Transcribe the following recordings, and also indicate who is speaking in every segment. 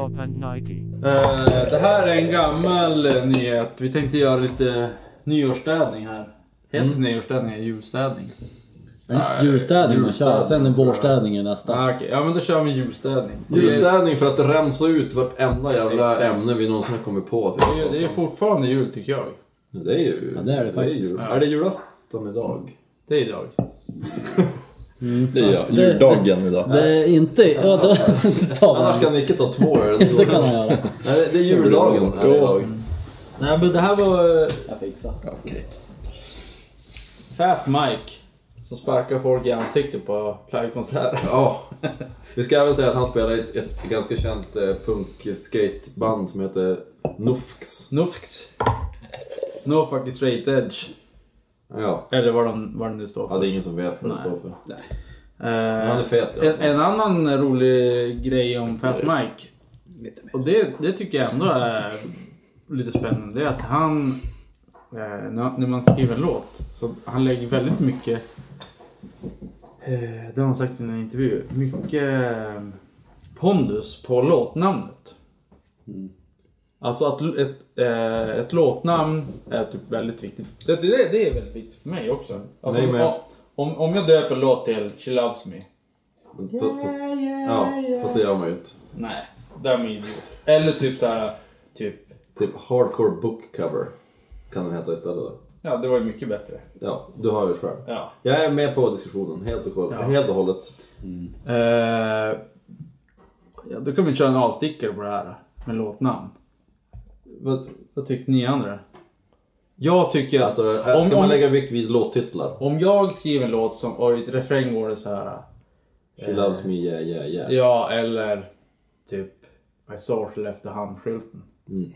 Speaker 1: Nike.
Speaker 2: Eh, det här är en gammal eh, nyhet. Vi tänkte göra lite nyårsstädning här. Heter nyårsstädning eller julstädning?
Speaker 3: Nej, Julstädning man kör, sen är vårstädning är nästa.
Speaker 2: Ah, okej. Ja men då kör vi julstädning.
Speaker 4: Julstädning för att rensa ut vartenda jävla
Speaker 2: Exakt.
Speaker 4: ämne vi någonsin har kommit på. Att
Speaker 2: Det är- Det är fortfarande jul tycker jag.
Speaker 4: det är ju...
Speaker 3: Ja, det är det faktiskt.
Speaker 4: jul. Är det julafton idag?
Speaker 2: Det är idag.
Speaker 5: Det är jag,
Speaker 3: Det-
Speaker 5: juldagen idag.
Speaker 3: Det är inte... Ja, då tar vi
Speaker 4: Annars
Speaker 3: den.
Speaker 4: kan Nicke ta två öl.
Speaker 3: Det kan han göra.
Speaker 4: Nej, det är juldagen är det idag.
Speaker 2: Nej men det här var eh,
Speaker 3: Jag fixar.
Speaker 5: Okej.
Speaker 2: Fat Mike. Som sparkar folk i ansiktet på livekonserter.
Speaker 4: Ja. Vi ska även säga att han spelar i ett, ett ganska känt eh, punk-skateband som heter Nofx.
Speaker 2: Snufkt. No fucking straight edge.
Speaker 4: Ja.
Speaker 2: Eller vad de, vad de nu står
Speaker 4: ja,
Speaker 2: för.
Speaker 4: det är ingen som vet vad det
Speaker 2: Nej.
Speaker 4: står för. Men
Speaker 2: Eh,
Speaker 4: han är fet i alla
Speaker 2: en,
Speaker 4: fall.
Speaker 2: en annan rolig grej om Fat Mike. Och det, det tycker jag ändå är lite spännande. Det är att han, eh, när, när man skriver en låt, så han lägger väldigt mycket, eh, det har han sagt i en intervju, mycket eh, pondus på låtnamnet.
Speaker 4: Mm.
Speaker 2: Alltså att l- ett, eh, ett låtnamn är typ väldigt viktigt. Det, det, det är väldigt viktigt för mig också. Alltså,
Speaker 4: Nej, men-
Speaker 2: om- om, om jag döper en låt till She Loves Me.
Speaker 4: Fast- fast- Ja, fast det gör man ju inte.
Speaker 2: Nej, det är man idiot. Eller typ så här, typ.
Speaker 4: Typ Hardcore Book Cover kan den heta istället då.
Speaker 2: Ja, det var ju mycket bättre.
Speaker 4: Ja, du hör ju själv.
Speaker 2: Ja.
Speaker 4: Jag är med på diskussionen helt och, koll,
Speaker 2: Ja.
Speaker 4: helt och hållet.
Speaker 2: Eh, ja, då kan vi köra en avstickare på det här med låtnamn. Vad, vad tyckte ni andra? Jag tycker att...
Speaker 4: Alltså, här
Speaker 2: om,
Speaker 4: ska
Speaker 2: om,
Speaker 4: man lägga vikt vid låttitlar?
Speaker 2: om jag skriver en låt som, och i ett refräng går det så här.
Speaker 4: She loves me, yeah, yeah, yeah.
Speaker 2: Ja, eller typ I Social efter hamnskylten.
Speaker 4: Mm.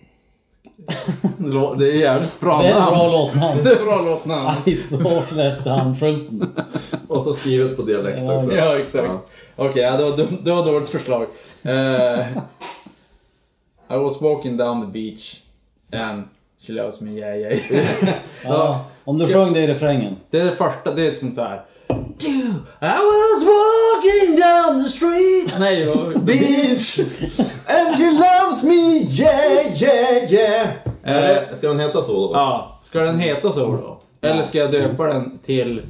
Speaker 2: Det lå- det är jävligt bra
Speaker 3: Det är ett
Speaker 2: namn.
Speaker 3: bra låtnamn.
Speaker 2: Det är ett bra låtnamn.
Speaker 3: Isås efter handfulten.
Speaker 4: Och så skrivet på dialekt
Speaker 3: Ja,
Speaker 4: också.
Speaker 2: Ja, exakt.
Speaker 4: Ja.
Speaker 2: Okej, ja, det, var dum- det var dåligt förslag. Eh, I was walking down the beach and she loves me, yeah, yeah. yeah.
Speaker 3: Ja, om du sjöng det i refrängen.
Speaker 2: det är det första, det är som så här. Dude, I was walking down the street. Nej, vad-
Speaker 4: Bitch! And she loves me, yeah, yeah, yeah! Eller, ska den heta så då?
Speaker 2: Eh. ja, ska den heta så då? Eller ska jag döpa den till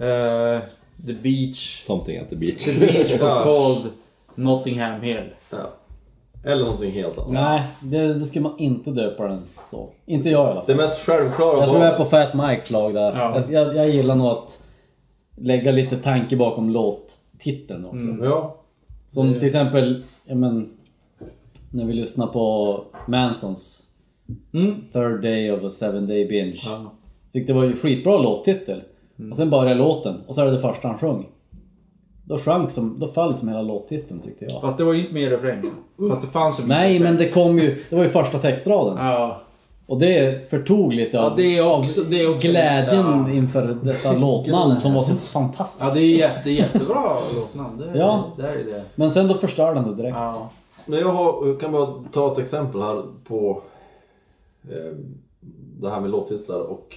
Speaker 2: eh, The Beach?
Speaker 5: Something at the beach.
Speaker 2: The beach was
Speaker 4: Ja.
Speaker 2: called Nottingham Hill.
Speaker 4: Ja. Eller någonting helt annat.
Speaker 3: Nej, det, då skulle man inte döpa den så. Inte jag i alla fall.
Speaker 4: Det mest självklara
Speaker 3: Jag tror
Speaker 4: valet.
Speaker 3: jag är på Fat Mikes lag där.
Speaker 2: Ja.
Speaker 3: Jag- Jag, jag gillar nog att lägga lite tanke bakom låttiteln också.
Speaker 4: Ja.
Speaker 3: Som till exempel, ja men, när vi lyssnar på Mansons
Speaker 2: Mm.
Speaker 3: Third Day of a Seven Day Binge.
Speaker 2: Ja. Mm.
Speaker 3: Tyckte det var ju skitbra låttitel. Och sen började låten och så är det det första han sjöng. Då sjönk som, då föll som hela låttiteln tyckte jag.
Speaker 2: Fast det var ju inte med i refrängen. Fast det fanns ju med i
Speaker 3: Nej men
Speaker 2: refrängen.
Speaker 3: det kom ju, det var ju första textraden.
Speaker 2: Ja.
Speaker 3: Och det förtog lite av,
Speaker 2: Ja, det är också-
Speaker 3: av
Speaker 2: det är också-
Speaker 3: glädjen
Speaker 2: ja.
Speaker 3: inför detta låtnamn som var så fantastiskt.
Speaker 2: Ja, det är jätte, jättebra låtnamn. Det, är-
Speaker 3: Ja.
Speaker 2: det är ju det.
Speaker 3: Men sen då förstörde han det direkt.
Speaker 2: Ja.
Speaker 4: Men jag har, jag kan bara ta ett exempel här på eh, det här med låttitlar och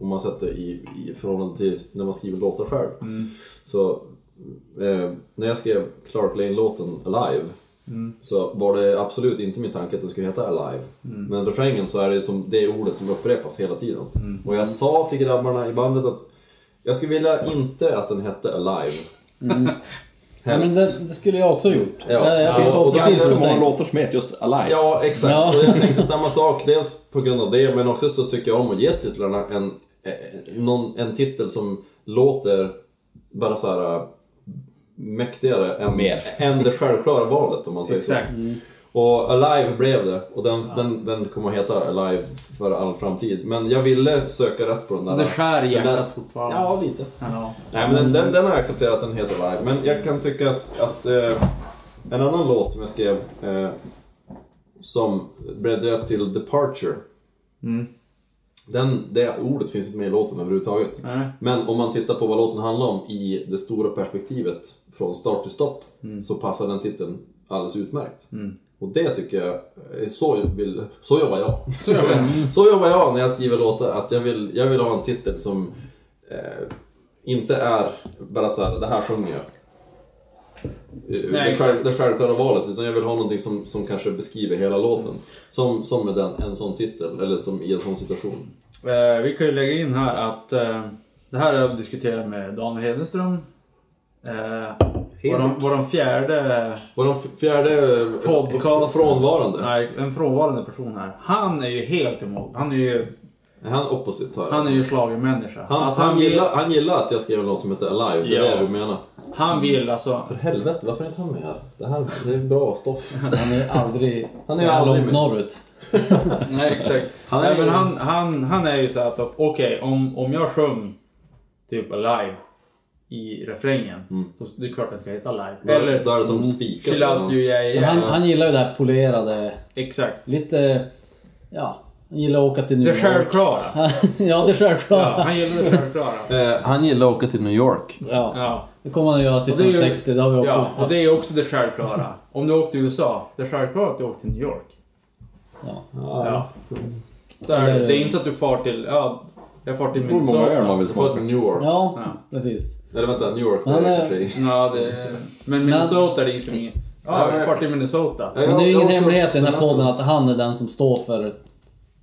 Speaker 4: om man sätter i, i förhållande till när man skriver låtar själv.
Speaker 3: Mm.
Speaker 4: Så eh, när jag skrev Clark Lane-låten Alive
Speaker 3: Mm.
Speaker 4: så var det absolut inte min tanke att den skulle heta Alive.
Speaker 3: Mm.
Speaker 4: Men refrängen så är det som det ordet som upprepas hela tiden.
Speaker 3: Mm.
Speaker 4: Och jag sa till grabbarna i bandet att jag skulle vilja inte att den hette Alive.
Speaker 3: Mm. Ja, men
Speaker 4: Helst.
Speaker 3: det, det skulle jag också ha gjort.
Speaker 4: Ja.
Speaker 3: Jag, jag
Speaker 4: Ja,
Speaker 3: fick
Speaker 4: och då
Speaker 3: precis
Speaker 4: hade
Speaker 3: hur
Speaker 4: det
Speaker 3: du
Speaker 5: Många
Speaker 3: tänkte.
Speaker 5: låtar som heter just Alive.
Speaker 4: Ja, exakt.
Speaker 3: Ja.
Speaker 4: Och jag tänkte samma sak. Dels på grund av det, men också så tycker jag om att ge titlarna en, eh, någon, en titel som låter bara så här eh, mäktigare än,
Speaker 5: Mer.
Speaker 4: än det självklara valet om man säger
Speaker 2: Exakt.
Speaker 4: så. Och Alive blev det och den, den, den kommer att heta Alive för all framtid. Men jag ville söka rätt på den där.
Speaker 2: Det skär i
Speaker 4: den där-
Speaker 2: hjärtat fortfarande.
Speaker 4: Ja, lite.
Speaker 2: Ja.
Speaker 4: Nej men den, den, den har jag accepterat, den heter Live. Men jag kan tycka att, att eh, en annan låt som jag skrev eh, som blev döpt till Departure. Den, det ordet finns inte med i låten överhuvudtaget.
Speaker 2: Nej.
Speaker 4: Men om man tittar på vad låten handlar om i det stora perspektivet från start till stopp
Speaker 2: Mm.
Speaker 4: så passar den titeln alldeles utmärkt. Och det tycker jag, eh, så, vill, så jobbar jag.
Speaker 2: Så jag vet.
Speaker 4: Så jobbar jag när jag skriver låtar, att jag vill, jag vill ha en titel som eh, inte är bara så här, det här sjunger jag. eh,
Speaker 2: Nej,
Speaker 4: det, själv, det självklara valet utan jag vill ha någonting som, som kanske beskriver hela låten. Som, som med den, en sån titel, eller som i en sån situation.
Speaker 2: Eh, vi kan ju lägga in här att eh, det här har jag diskuterat med Daniel Hedenström. Eh, våran, våran fjärde,
Speaker 4: Och den fjärde eh,
Speaker 2: Podcast.
Speaker 4: frånvarande,
Speaker 2: nej, en frånvarande person här. Han är ju helt emot. Han är ju,
Speaker 4: är han opposite här?
Speaker 2: han är ju schlagermänniska.
Speaker 4: han,
Speaker 2: Alltså,
Speaker 4: han,
Speaker 2: vill,
Speaker 4: gillar, han gillar att jag skrev en låt som heter Alive, det är
Speaker 2: Ja.
Speaker 4: det du menar.
Speaker 2: han vill alltså.
Speaker 4: För helvete, varför är inte han med här? Det här det är bra stoff.
Speaker 3: Han är aldrig
Speaker 4: Han
Speaker 3: så
Speaker 4: är
Speaker 3: här
Speaker 4: aldrig
Speaker 3: långt
Speaker 4: med.
Speaker 3: norrut.
Speaker 2: Nej exakt.
Speaker 4: Han
Speaker 2: Han
Speaker 4: är
Speaker 2: är,
Speaker 4: ju-
Speaker 2: Nej, men han, han, han är ju så här att okej om, om jag sjöng typ Alive i refrängen. Så det är klart att jag ska heta Alive.
Speaker 4: Eller,
Speaker 2: Eller
Speaker 4: där är det som spikat.
Speaker 2: She loves you yeah
Speaker 3: Men
Speaker 2: yeah.
Speaker 3: han, han gillar ju det här polerade,
Speaker 2: Exakt.
Speaker 3: lite... Ja, han gillar att åka till New
Speaker 2: Det
Speaker 3: York.
Speaker 2: självklara.
Speaker 3: ja, det självklara.
Speaker 2: Ja, han gillar det självklara.
Speaker 4: Eh, han gillar att åka till New York.
Speaker 3: Ja.
Speaker 2: Ja.
Speaker 3: Det kommer han att göra tills
Speaker 2: Och det
Speaker 3: han
Speaker 2: är
Speaker 3: är
Speaker 2: ju-
Speaker 3: 60, det har vi också.
Speaker 2: ja, och det är också det självklara. Om du åkte till USA, det är självklara att du åkte till New York.
Speaker 3: Ja.
Speaker 2: Ja. Så här,
Speaker 3: Eller-
Speaker 2: det är inte så att du far till, ja, jag far till
Speaker 5: Hur många öl
Speaker 2: Minnesota.
Speaker 5: man vill
Speaker 4: Jag får
Speaker 5: smaka?
Speaker 4: till New York.
Speaker 3: Ja,
Speaker 2: Ja.
Speaker 3: precis.
Speaker 4: Eller vänta, New York.
Speaker 3: Han
Speaker 4: det är
Speaker 3: är-
Speaker 4: kanske i-
Speaker 2: Ja, det, men Minnesota det är ju som inget. Ja, jag far till Minnesota.
Speaker 4: Ja,
Speaker 3: Men det är
Speaker 4: jag
Speaker 3: ju ingen
Speaker 4: åker
Speaker 3: hemlighet i den här
Speaker 4: semester.
Speaker 3: podden att han är den som står för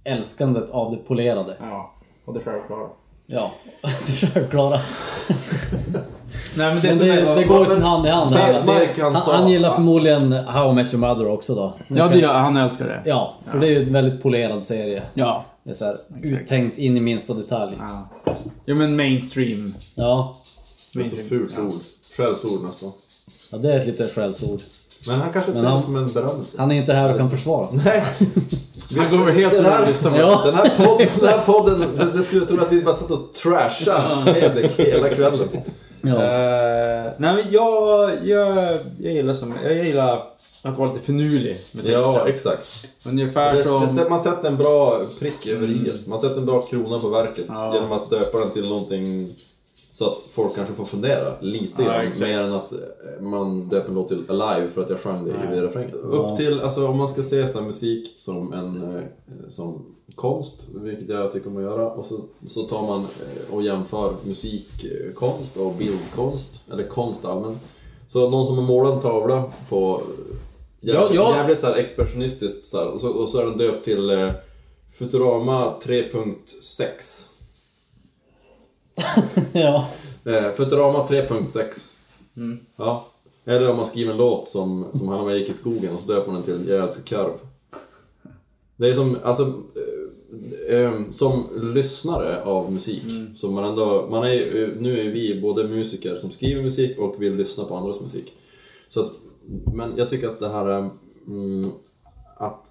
Speaker 3: älskandet av det polerade.
Speaker 2: Ja, och det självklara.
Speaker 3: Ja, det självklara.
Speaker 2: Nej men det
Speaker 3: Men
Speaker 2: som
Speaker 3: det,
Speaker 2: är...
Speaker 3: det går ju som hand i hand. här, att
Speaker 4: Mike,
Speaker 3: Det,
Speaker 4: han
Speaker 3: han,
Speaker 4: sa-
Speaker 3: han gillar förmodligen How I Met Your Mother också då.
Speaker 2: Ja, det gör, han älskar det.
Speaker 3: Ja, för det är ju en väldigt polerad serie.
Speaker 2: Ja.
Speaker 3: Det är så här, uttänkt in i minsta detalj.
Speaker 2: Ja, ja men mainstream.
Speaker 3: Ja,
Speaker 4: Det är så fult ord. Skällsord nästan.
Speaker 3: ja det är ett litet skällsord.
Speaker 4: Men han kanske ser
Speaker 3: han-
Speaker 4: det som en berömmelse.
Speaker 3: Han är inte här och kan försvara sig.
Speaker 4: Nej.
Speaker 2: Han kommer helt
Speaker 4: Den här,
Speaker 2: som
Speaker 3: Ja.
Speaker 4: den här podden, den här podden det, det slutar med att vi bara satt och trashade Hedek hela kvällen.
Speaker 3: Ja.
Speaker 2: Eh, nej men jag, jag, jag, gillar som, jag gillar att vara lite finurlig med texten.
Speaker 4: Ja, exakt.
Speaker 2: Ungefär
Speaker 4: Det- det-
Speaker 2: som...
Speaker 4: Man sätter en bra prick över i. Man sätter en bra krona på verket
Speaker 2: Ja.
Speaker 4: genom att döpa den till någonting så att folk kanske får fundera lite
Speaker 2: Ja,
Speaker 4: grann.
Speaker 2: exakt.
Speaker 4: Mer än att eh, man döper en låt till Alive för att jag sjöng det i refrängen. Upp till, alltså om man ska se så här musik som en eh, som konst, vilket jag tycker om att göra, och så, så tar man eh, och jämför musikkonst och bildkonst, eller konst allmänt. Så någon som har målat en tavla på Jävligt,
Speaker 2: Ja, ja.
Speaker 4: jävligt så här expressionistiskt så här. Och, så, och så är den döpt till eh, Futurama 3.6
Speaker 3: ja.
Speaker 4: eh, Futurama 3.6 Ja Eller om man skriver en låt som, som handlar om jag gick i skogen och så döper man den till Jag älskar karv Det är som, alltså eh, eh, som lyssnare av musik, så man ändå, man är, ju- nu är vi både musiker som skriver musik och vill lyssna på andras musik. Så att, men jag tycker att det här eh, mm, att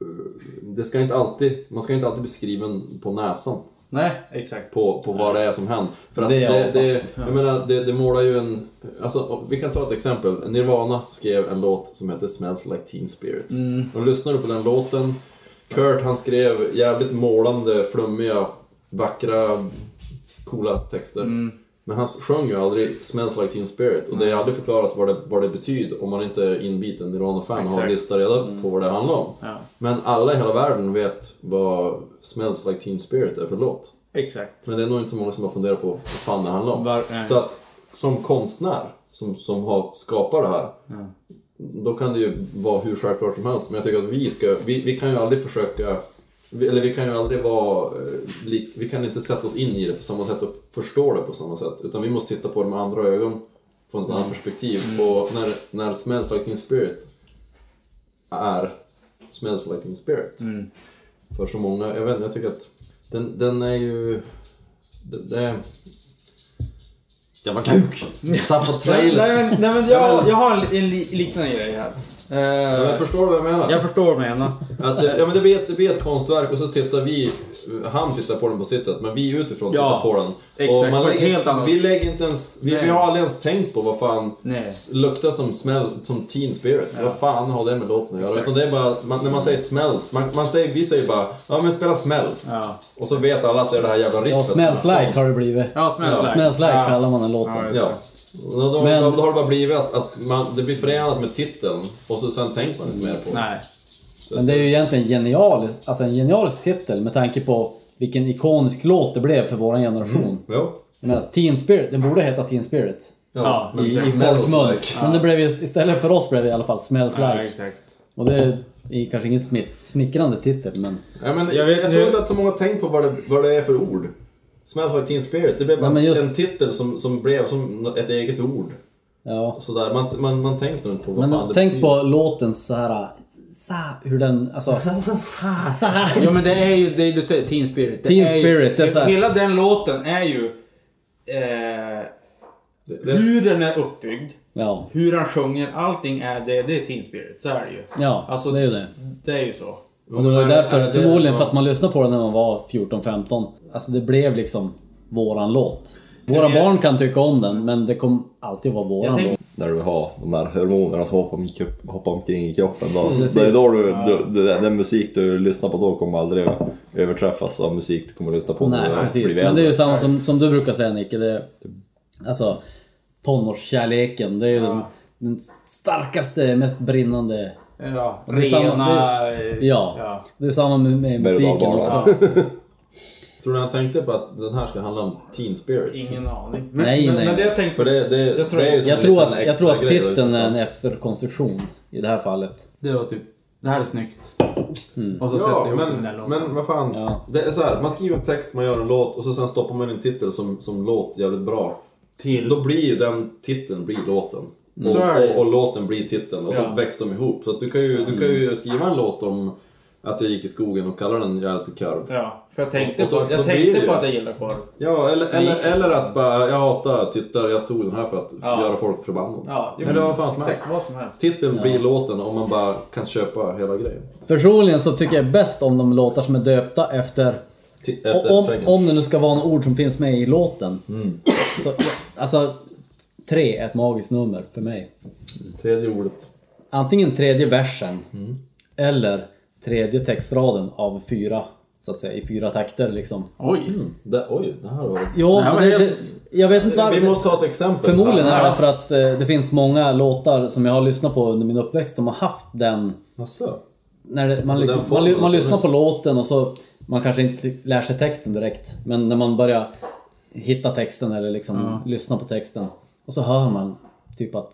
Speaker 4: eh, det ska inte alltid, man ska inte alltid bli skriven på näsan
Speaker 2: Nej, exakt.
Speaker 4: på, på vad det är som händer. För att
Speaker 3: Det är
Speaker 4: det,
Speaker 3: jag.
Speaker 4: det, jag menar, det, det målar ju en... Alltså, om- vi kan ta ett exempel. Nirvana skrev en låt som heter Smells Like Teen Spirit.
Speaker 3: Mm.
Speaker 4: Och lyssnar du på den låten, Kurt han skrev jävligt målande, flummiga, vackra, coola texter.
Speaker 3: Mm.
Speaker 4: Men han sjöng ju aldrig Smells Like Teen Spirit och det är aldrig förklarat vad det, vad det betyder om man inte är inbiten Nirvana-fan och har
Speaker 2: Exakt.
Speaker 4: listat reda
Speaker 3: Mm.
Speaker 4: på vad det handlar om.
Speaker 2: Ja.
Speaker 4: Men alla i hela världen vet vad Smells Like Teen Spirit är för låt.
Speaker 2: Exakt.
Speaker 4: Men det är nog inte så många som har funderat på vad fan det handlar om.
Speaker 2: Var- nej.
Speaker 4: så att som konstnär som, som har skapat det här. Då kan det ju vara hur självklart som helst. Men jag tycker att vi ska, vi, vi kan ju aldrig försöka vi, eller vi kan ju aldrig vara, eh, lik- vi kan inte sätta oss in i det på samma sätt och förstå det på samma sätt. Utan vi måste titta på det med andra ögon, från ett
Speaker 2: Mm.
Speaker 4: annat perspektiv. Och när, när Smells Like Teen Spirit är Smells Like Teen Spirit. För så många, jag vet inte, jag tycker att den, den är ju... Det, det är... Jävla kuk! Tappat
Speaker 2: Nej, nej,
Speaker 4: trailern.
Speaker 2: men, nej, men jag, jag har en, li- en li- liknande grej här.
Speaker 4: Ja, men
Speaker 2: Eh,
Speaker 4: Förstår du vad jag menar?
Speaker 2: jag förstår vad du menar.
Speaker 4: Att, det- ja, men det, blir ett, det blir ett konstverk och så tittar vi, han tittar på den på sitt sätt, men vi utifrån
Speaker 2: Ja,
Speaker 4: tittar på den.
Speaker 2: exakt, på ett
Speaker 4: lägger,
Speaker 2: helt annat-
Speaker 4: vi lägger inte ens, vi,
Speaker 2: Nej.
Speaker 4: vi har aldrig ens tänkt på vad fan
Speaker 2: Nej.
Speaker 4: s- luktar som smäll, som Teen Spirit. Vad fan har det med låten att göra?
Speaker 2: Exakt.
Speaker 4: Utan det är bara, att man, när man säger smells, man, man säger, vi säger bara, ja men spela smells.
Speaker 2: Ja.
Speaker 4: Och så vet alla att det är det här jävla riffet.
Speaker 3: ja smells like har det blivit.
Speaker 2: Ja, smells
Speaker 4: Ja,
Speaker 2: like.
Speaker 3: Smells like
Speaker 2: ja.
Speaker 3: kallar man den
Speaker 2: Ja,
Speaker 3: låten.
Speaker 2: exakt.
Speaker 4: Ja. Och Då, då,
Speaker 3: Men-
Speaker 4: då har det bara blivit att, att man, det blir förenat med titeln och så sen tänker man inte mer på det.
Speaker 2: Nej.
Speaker 4: Så
Speaker 3: Men det är ju egentligen genial, alltså en genialisk titel med tanke på vilken ikonisk låt det blev för våran generation.
Speaker 2: Mm.
Speaker 4: Jo.
Speaker 3: Jag menar, Teen Spirit, den borde heta Teen Spirit.
Speaker 2: Ja,
Speaker 4: men
Speaker 3: i,
Speaker 4: sen
Speaker 3: i folkmun.
Speaker 4: Snellsnack.
Speaker 3: Men det blev just, istället för oss blev det i alla fall Smells
Speaker 2: Ja,
Speaker 3: Like.
Speaker 2: exakt.
Speaker 3: Och det är kanske ingen smitt, smickrande titel men...
Speaker 4: Ja, men
Speaker 2: Jag
Speaker 4: jag,
Speaker 2: vet-
Speaker 4: tror inte att så många har tänkt på vad det, vad det är för ord. Smells like teen spirit, det blev bara
Speaker 3: Nej, men just-
Speaker 4: en titel som, som blev som ett eget ord.
Speaker 3: Ja.
Speaker 4: Sådär. Man, man, man tänker nog inte på vad
Speaker 3: Men
Speaker 4: fan det
Speaker 3: tänk
Speaker 4: betyder.
Speaker 3: på låten så här... Sa, hur den... Alltså... så här.
Speaker 2: Ja men det är ju det du säger, Teen Spirit. Det
Speaker 3: Teen
Speaker 2: är ju,
Speaker 3: Spirit, det är så här-
Speaker 2: Hela den låten är ju eh,
Speaker 4: Det, det,
Speaker 2: hur den är uppbyggd,
Speaker 3: Ja.
Speaker 2: hur han sjunger, allting är det. Det är Teen Spirit, så är det ju.
Speaker 3: Ja,
Speaker 2: Alltså-
Speaker 3: det är ju det.
Speaker 2: Det är ju så.
Speaker 3: Och det var ju
Speaker 4: Men-
Speaker 3: därför,
Speaker 4: är det-
Speaker 3: förmodligen för att
Speaker 4: ja.
Speaker 3: man lyssnade på den när man var 14-15. Alltså det blev liksom våran låt. Våra
Speaker 2: Jag-
Speaker 3: barn kan tycka om den men det kommer alltid vara
Speaker 2: Jag
Speaker 3: våran
Speaker 2: tänk-
Speaker 3: låt.
Speaker 5: Där du har de här hormonerna som hoppar, om- hoppar omkring i kroppen. Då.
Speaker 3: precis.
Speaker 5: Det är då du, du, du, den musik du lyssnar på då kommer aldrig överträffas av musik du kommer att lyssna på
Speaker 3: Nej
Speaker 5: när du
Speaker 3: precis,
Speaker 5: blir
Speaker 3: men det är
Speaker 5: äldre.
Speaker 3: ju samma som, som du brukar säga Nicke. Det, alltså tonårskärleken, det är ju den, den starkaste, mest brinnande.
Speaker 2: Ja,
Speaker 3: det är samma-
Speaker 2: rena...
Speaker 3: Ja.
Speaker 2: ja.
Speaker 3: Det är samma med, med
Speaker 5: Berg- och
Speaker 3: musiken
Speaker 5: dalbana.
Speaker 3: också.
Speaker 2: Ja,
Speaker 4: Tror ni han tänkte på att den här ska handla om teen spirit?
Speaker 2: ingen aning.
Speaker 3: Nej,
Speaker 2: men,
Speaker 3: nej.
Speaker 2: men det jag tänkte
Speaker 4: För det, det,
Speaker 2: Jag tror-
Speaker 4: det är ju som
Speaker 3: Jag
Speaker 4: en
Speaker 3: tror,
Speaker 4: liten
Speaker 3: att, jag tror att
Speaker 4: extra grej då, liksom.
Speaker 3: titeln är en efterkonstruktion i det här fallet.
Speaker 2: Det var typ, det här är snyggt.
Speaker 3: Mm.
Speaker 2: Och så sätter
Speaker 4: Ja,
Speaker 2: jag ihop den
Speaker 4: men,
Speaker 2: där låten.
Speaker 4: men vad fan.
Speaker 3: Ja.
Speaker 4: Det är så här, man skriver en text, man gör en låt och så sen stoppar man in en titel som, som låt jävligt bra.
Speaker 2: till...
Speaker 4: Då blir ju den titeln blir låten. Och,
Speaker 2: Mm. Så är det.
Speaker 4: och, och låten blir titeln och
Speaker 2: Ja. Mm.
Speaker 4: så växer de ihop. Så att du, kan ju, du kan ju skriva en låt om att jag gick i skogen och kallar den Jag älskar korv.
Speaker 2: Ja, för jag tänkte,
Speaker 4: Och så-
Speaker 2: på, jag
Speaker 4: då blir det
Speaker 2: tänkte
Speaker 4: ju-
Speaker 2: på att jag gillar korv.
Speaker 4: Ja, eller, eller,
Speaker 2: Nej.
Speaker 4: eller att bara, jag hatar tittare, jag tog den här för att
Speaker 2: Ja.
Speaker 4: göra folk förbannade.
Speaker 2: Ja, jo,
Speaker 4: eller vad fan som helst.
Speaker 2: Exakt, vad som helst.
Speaker 4: Titeln blir låten om man bara kan köpa hela grejen.
Speaker 3: Personligen så tycker jag bäst om de låtar som är döpta efter
Speaker 4: Ti-
Speaker 3: Och
Speaker 4: Efter Mm.
Speaker 3: om,
Speaker 4: refrängen.
Speaker 3: om det nu ska vara några ord som finns med i låten. Så, alltså, tre är ett magiskt nummer för mig.
Speaker 4: Tredje ordet.
Speaker 3: Antingen tredje versen
Speaker 4: Mm.
Speaker 3: eller tredje textraden av fyra, så att säga, i fyra takter liksom.
Speaker 2: Oj!
Speaker 4: Det, oj, det här var...
Speaker 3: Jo,
Speaker 2: Nej,
Speaker 3: men
Speaker 2: men
Speaker 3: det,
Speaker 2: jag-
Speaker 3: det, jag vet inte varför.
Speaker 4: Vi måste ta ett exempel.
Speaker 3: Förmodligen
Speaker 4: Ja.
Speaker 3: är det för att eh, det finns många låtar som jag har lyssnat på under min uppväxt som har haft den
Speaker 4: Jaså? Alltså,
Speaker 3: när det, man,
Speaker 4: den
Speaker 3: liksom, man,
Speaker 4: formen
Speaker 3: ly- man
Speaker 4: på
Speaker 3: lyssnar på
Speaker 4: texten.
Speaker 3: låten och så man kanske inte lär sig texten direkt. Men när man börjar hitta texten eller liksom lyssna på texten. Och så hör man typ att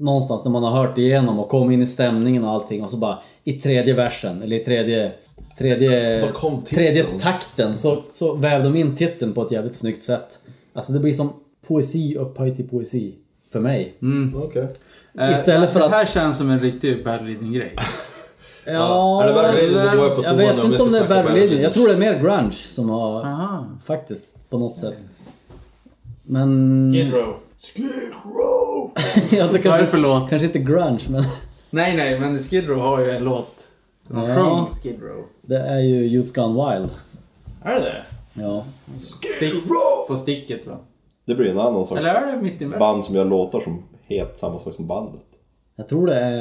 Speaker 3: någonstans när man har hört igenom och kommit in i stämningen och allting och så bara i tredje versen eller i tredje tredje,
Speaker 4: Då kom titeln.
Speaker 3: tredje takten så, så väv de in titeln på ett jävligt snyggt sätt. Alltså det blir som poesi upphöjt till poesi för mig.
Speaker 4: Okej.
Speaker 2: Eh,
Speaker 3: Istället för
Speaker 2: det
Speaker 3: att-
Speaker 2: här känns som en riktig Berlin-grej.
Speaker 3: Ja,
Speaker 4: Är det Berlin? Då går jag på
Speaker 3: jag
Speaker 4: toan
Speaker 3: vet
Speaker 4: om
Speaker 3: inte
Speaker 4: jag
Speaker 3: om det
Speaker 4: ska
Speaker 3: är
Speaker 4: snacka
Speaker 3: Berlin.
Speaker 4: Berlin.
Speaker 3: Jag tror det är mer grunge som har
Speaker 2: Aha.
Speaker 3: faktiskt på något sätt. Men...
Speaker 2: Skid Row.
Speaker 3: ja, det
Speaker 2: Vad är det
Speaker 3: kanske,
Speaker 2: för låt?
Speaker 3: kanske inte grunge men
Speaker 2: Nej, nej, men Skid Row har ju en låt. De
Speaker 3: Ja.
Speaker 2: sjöng Skid Row.
Speaker 3: det är ju Youth Gone Wild.
Speaker 2: Är det det?
Speaker 3: Ja.
Speaker 2: Stick, på sticket va?
Speaker 5: Det blir en annan sak.
Speaker 2: Eller är det mitt emellan?
Speaker 5: Band som gör låtar som heter samma sak som bandet.
Speaker 3: Jag tror det är,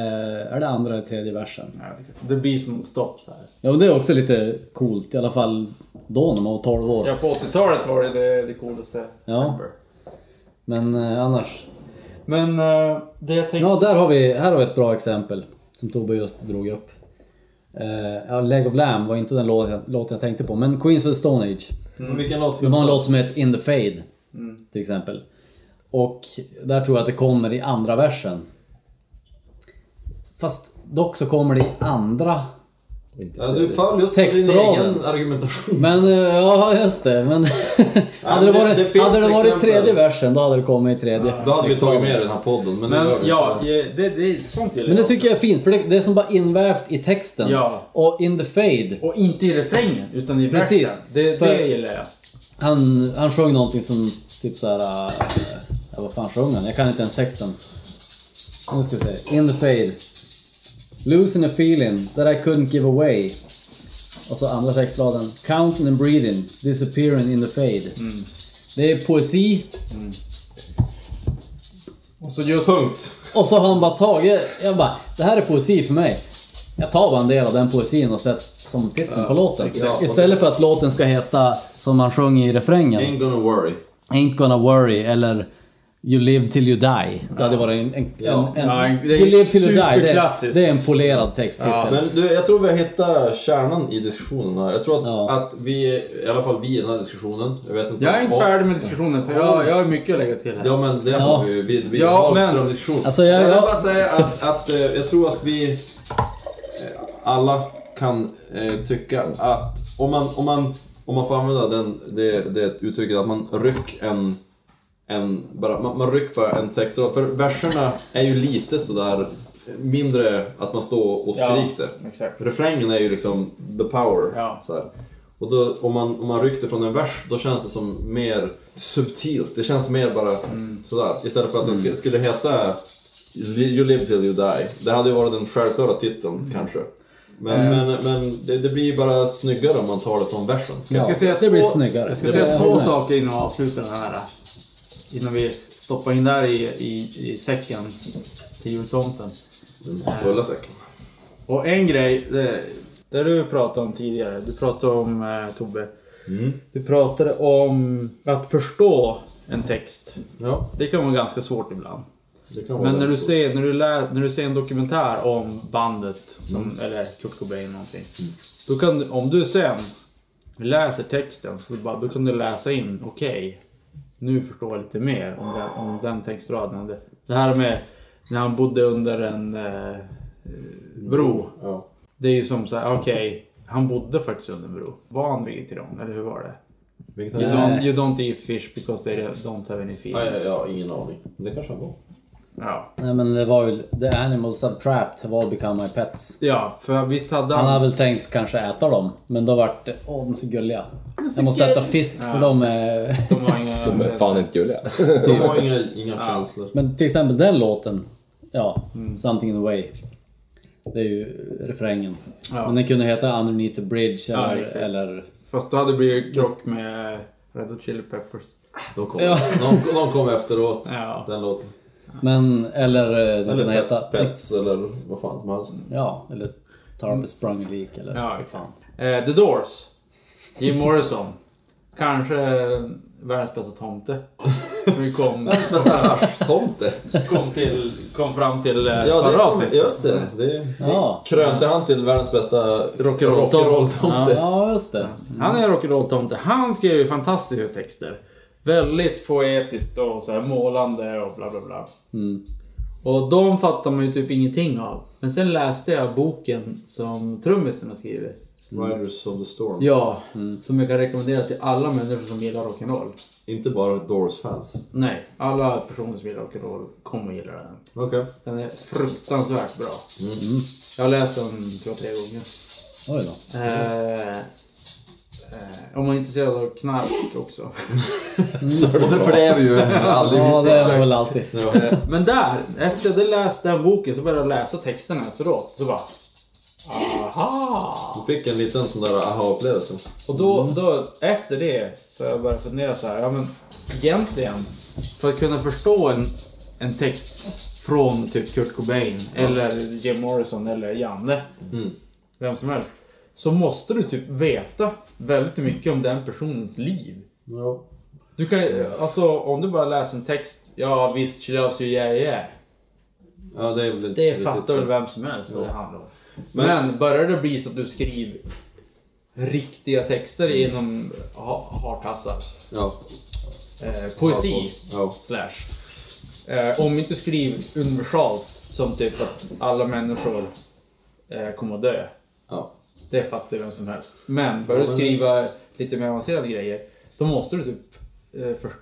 Speaker 3: är det andra eller tredje versen.
Speaker 2: Nej, det- Det blir som stopp så här.
Speaker 3: Ja, och det är också lite coolt i alla fall då när man var 12 år.
Speaker 2: Ja, på 80-talet var det det, det coolaste.
Speaker 3: Ja.
Speaker 2: ever.
Speaker 3: Men eh, annars.
Speaker 2: Men eh, det jag tänkte...
Speaker 3: Ja, där har vi, här har vi ett bra exempel som Tobbe just drog upp. Eh, ja, Leg of Lamb var inte den låt jag, låt jag tänkte på, men Queens of the Stone Age.
Speaker 4: Mm. Vilken låt ska
Speaker 2: Mm.
Speaker 3: De har en låt som heter In the Fade.
Speaker 4: Mm.
Speaker 3: Till exempel. Och där tror jag att det kommer i andra versen. Fast dock så kommer det i andra.
Speaker 4: ja, Du föll just på din
Speaker 3: Textraden.
Speaker 4: egen argumentation.
Speaker 3: Men eh, ja, just det. Men hade det
Speaker 4: men det-
Speaker 3: varit,
Speaker 4: det finns
Speaker 3: hade det varit
Speaker 4: exempel.
Speaker 3: tredje versen då hade det kommit i tredje.
Speaker 4: Då hade vi tagit med den här podden. Men, nu gör
Speaker 2: Men
Speaker 4: vi
Speaker 2: ja,
Speaker 4: inte
Speaker 2: det,
Speaker 4: det.
Speaker 2: det är sånt gillar
Speaker 3: Men det tycker jag är fint för det, det är som bara invävt i texten.
Speaker 2: Ja.
Speaker 3: Och In the Fade.
Speaker 2: Och inte i refrängen, utan i
Speaker 3: Precis.
Speaker 2: versen. Det,
Speaker 3: För-
Speaker 2: det gillar jag.
Speaker 3: Han, han sjöng någonting som typ såhär... Uh, ja, vad fan sjöng han? Jag kan inte ens texten. Nu ska vi se. In the fade. Losing a feeling that I couldn't give away. Och så andra textraden. Counting and breathing, disappearing in the fade. Det är poesi.
Speaker 2: Och så just...
Speaker 4: Punkt.
Speaker 3: Och så har han bara tagit... Jag bara, det här är poesi för mig. Jag tar bara en del av den poesin och sett som titeln på låten.
Speaker 4: exakt.
Speaker 3: Istället för att låten ska heta, som han sjöng i refrängen.
Speaker 4: Ain't gonna worry.
Speaker 3: Ain't gonna worry eller You live till you die. Det hade varit en... en,
Speaker 4: Ja.
Speaker 3: en, en
Speaker 2: Ja, det är
Speaker 3: you live till you die. Det är,
Speaker 2: superklassiskt.
Speaker 3: det är en polerad texttitel.
Speaker 2: Ja,
Speaker 4: Men du, jag tror vi har hittat kärnan i diskussionen här. Jag tror att,
Speaker 3: Ja.
Speaker 4: att vi, i alla fall vi i den här diskussionen, jag vet inte.
Speaker 2: Jag är inte
Speaker 4: om-
Speaker 2: färdig med diskussionen för jag, jag har mycket att lägga till här.
Speaker 4: Ja men det
Speaker 3: Ja.
Speaker 4: har vi ju, vi, vi
Speaker 2: Ja,
Speaker 4: har
Speaker 2: men-
Speaker 4: en diskussion.
Speaker 3: Alltså, jag-
Speaker 4: jag vill
Speaker 3: jag-
Speaker 4: bara säga att, att eh, jag tror att vi eh, alla kan eh, tycka att om man, om man, om man får använda den, det, det uttrycket att man ryck en en, bara, man, man rycker bara en text. För verserna är ju lite sådär mindre att man står och
Speaker 2: Ja,
Speaker 4: skriker.
Speaker 2: exakt.
Speaker 4: Refrängen är ju liksom the power.
Speaker 2: Ja.
Speaker 4: Så här. Och då, om, man, om man ryckte från en vers då känns det som mer subtilt. Det känns mer bara sådär. Istället för att den skulle, skulle heta You live till you die. Det hade ju varit den självklara titeln kanske. Men, men, men det, det blir ju bara snyggare om man tar det från versen.
Speaker 2: Jag ska säga
Speaker 3: det blir
Speaker 2: två-
Speaker 3: snyggare.
Speaker 2: Jag ska
Speaker 3: Det
Speaker 2: säga
Speaker 3: blir-
Speaker 2: två saker innan vi avslutar den här. Innan vi stoppar in där i, i, i säcken till jultomten.
Speaker 4: Den fulla säcken.
Speaker 2: Och en grej, det, det du pratade om tidigare, du pratade om eh, Tobbe. Du pratade om att förstå en text.
Speaker 4: Ja,
Speaker 2: Det kan vara ganska svårt ibland.
Speaker 4: det kan vara
Speaker 2: Men när
Speaker 4: den
Speaker 2: du,
Speaker 4: så.
Speaker 2: ser, när, du lä, när du ser en dokumentär om bandet, som,
Speaker 4: Mm.
Speaker 2: eller Kurt Cobain någonting. Då kan du, om du sen läser texten, så bara, då kan du läsa in, okej, nu förstår jag lite mer om den, om den textraden. Det, det här med när han bodde under en eh, eh, bro.
Speaker 4: Ja.
Speaker 2: Det är ju som så här, okej, han bodde faktiskt under en bro. Var han vegetarian, eller hur var det?
Speaker 4: Vilket
Speaker 2: You
Speaker 4: är...
Speaker 2: don't, you don't eat fish because they don't have any feelings.
Speaker 4: Ja, ja, ja, ingen aning. Men det kanske han var.
Speaker 2: Ja.
Speaker 3: Nej men det var ju... The animals I've trapped have all become my pets.
Speaker 2: ja, för visst hade
Speaker 3: Han har väl tänkt kanske äta dem, men då vart det... Åh, de är så gulliga. Jag måste äta fisk för de är...
Speaker 2: De har inga...
Speaker 5: De är fan inte gulliga.
Speaker 4: De har inga, inga känslor.
Speaker 3: Men till exempel den låten, ja,
Speaker 2: Mm.
Speaker 3: Something in the way. Det är ju refrängen.
Speaker 2: Ja.
Speaker 3: Men den kunde heta Underneath the bridge
Speaker 2: Ja,
Speaker 3: eller...
Speaker 2: exakt.
Speaker 3: eller
Speaker 2: Fast då hade det blivit krock med Red Hot Chili Peppers.
Speaker 4: De kom,
Speaker 3: Ja.
Speaker 4: någon, någon kom efteråt,
Speaker 2: Ja.
Speaker 4: den låten.
Speaker 3: men, eller eh, den
Speaker 4: Eller
Speaker 3: kunde heta...
Speaker 4: pet, Pets eller vad fan som helst.
Speaker 3: Ja, eller Tarp is sprung a leak eller...
Speaker 2: Ja, exakt. Eh, The Doors. Jim Morrison. Kanske världens bästa tomte. Som vi kom,
Speaker 4: Bästa haschtomte.
Speaker 2: kom, till, kom fram till eh,
Speaker 4: Ja,
Speaker 2: förra
Speaker 4: det,
Speaker 2: avsnittet.
Speaker 4: just det. det
Speaker 3: Ja.
Speaker 4: krönte han till världens bästa
Speaker 2: Rock'n'roll-tomte.
Speaker 4: rock'n'roll-tomte.
Speaker 3: Ja, just det.
Speaker 2: Han är en rock'n'roll-tomte. Han skrev ju fantastiska texter. Väldigt poetiskt och så här målande och bla bla bla. Och de fattar man ju typ ingenting av. Men sen läste jag boken som trummisen har skrivit.
Speaker 4: Riders of the Storm.
Speaker 2: Ja, som jag kan rekommendera till alla människor som gillar rock'n'roll.
Speaker 4: Inte bara Doors-fans.
Speaker 2: Nej, alla personer som gillar rock'n'roll kommer att gilla den.
Speaker 4: Okej.
Speaker 2: Den är fruktansvärt bra. Jag har läst den två, tre gånger.
Speaker 3: Oj då.
Speaker 2: Eh, eh, om man är intresserad av knark också. Mm.
Speaker 4: Och det blev ju aldrig.
Speaker 3: Ja, det är det väl alltid.
Speaker 4: Ja.
Speaker 2: Men där, efter jag hade läst den boken så började jag läsa texterna efteråt. Så bara... Aha!
Speaker 4: Du fick en liten sån där aha-upplevelse.
Speaker 2: Och då, då efter det så har jag börjat fundera så här, ja men egentligen för att kunna förstå en, en text från typ Kurt Cobain eller Jim Morrison eller Janne, vem som helst, så måste du typ veta väldigt mycket om den personens liv.
Speaker 4: Ja.
Speaker 2: Du kan alltså om du bara läser en text, ja visst she loves you yeah yeah.
Speaker 4: Ja, det är väl inte
Speaker 2: Det
Speaker 4: riktigt
Speaker 2: fattar
Speaker 4: så.
Speaker 2: väl vem som helst vad det handlar om.
Speaker 4: Men-
Speaker 2: Men, börjar det bli så att du skriver riktiga texter inom ha- hartassar,
Speaker 4: Ja.
Speaker 2: eh, poesi
Speaker 4: Ja.
Speaker 2: slash. Eh, om inte skriver universalt som typ att alla människor eh, kommer att dö.
Speaker 4: ja.
Speaker 2: Det fattar ju vem som helst. Men börjar du skriva lite mer avancerade grejer, då måste du typ eh, för,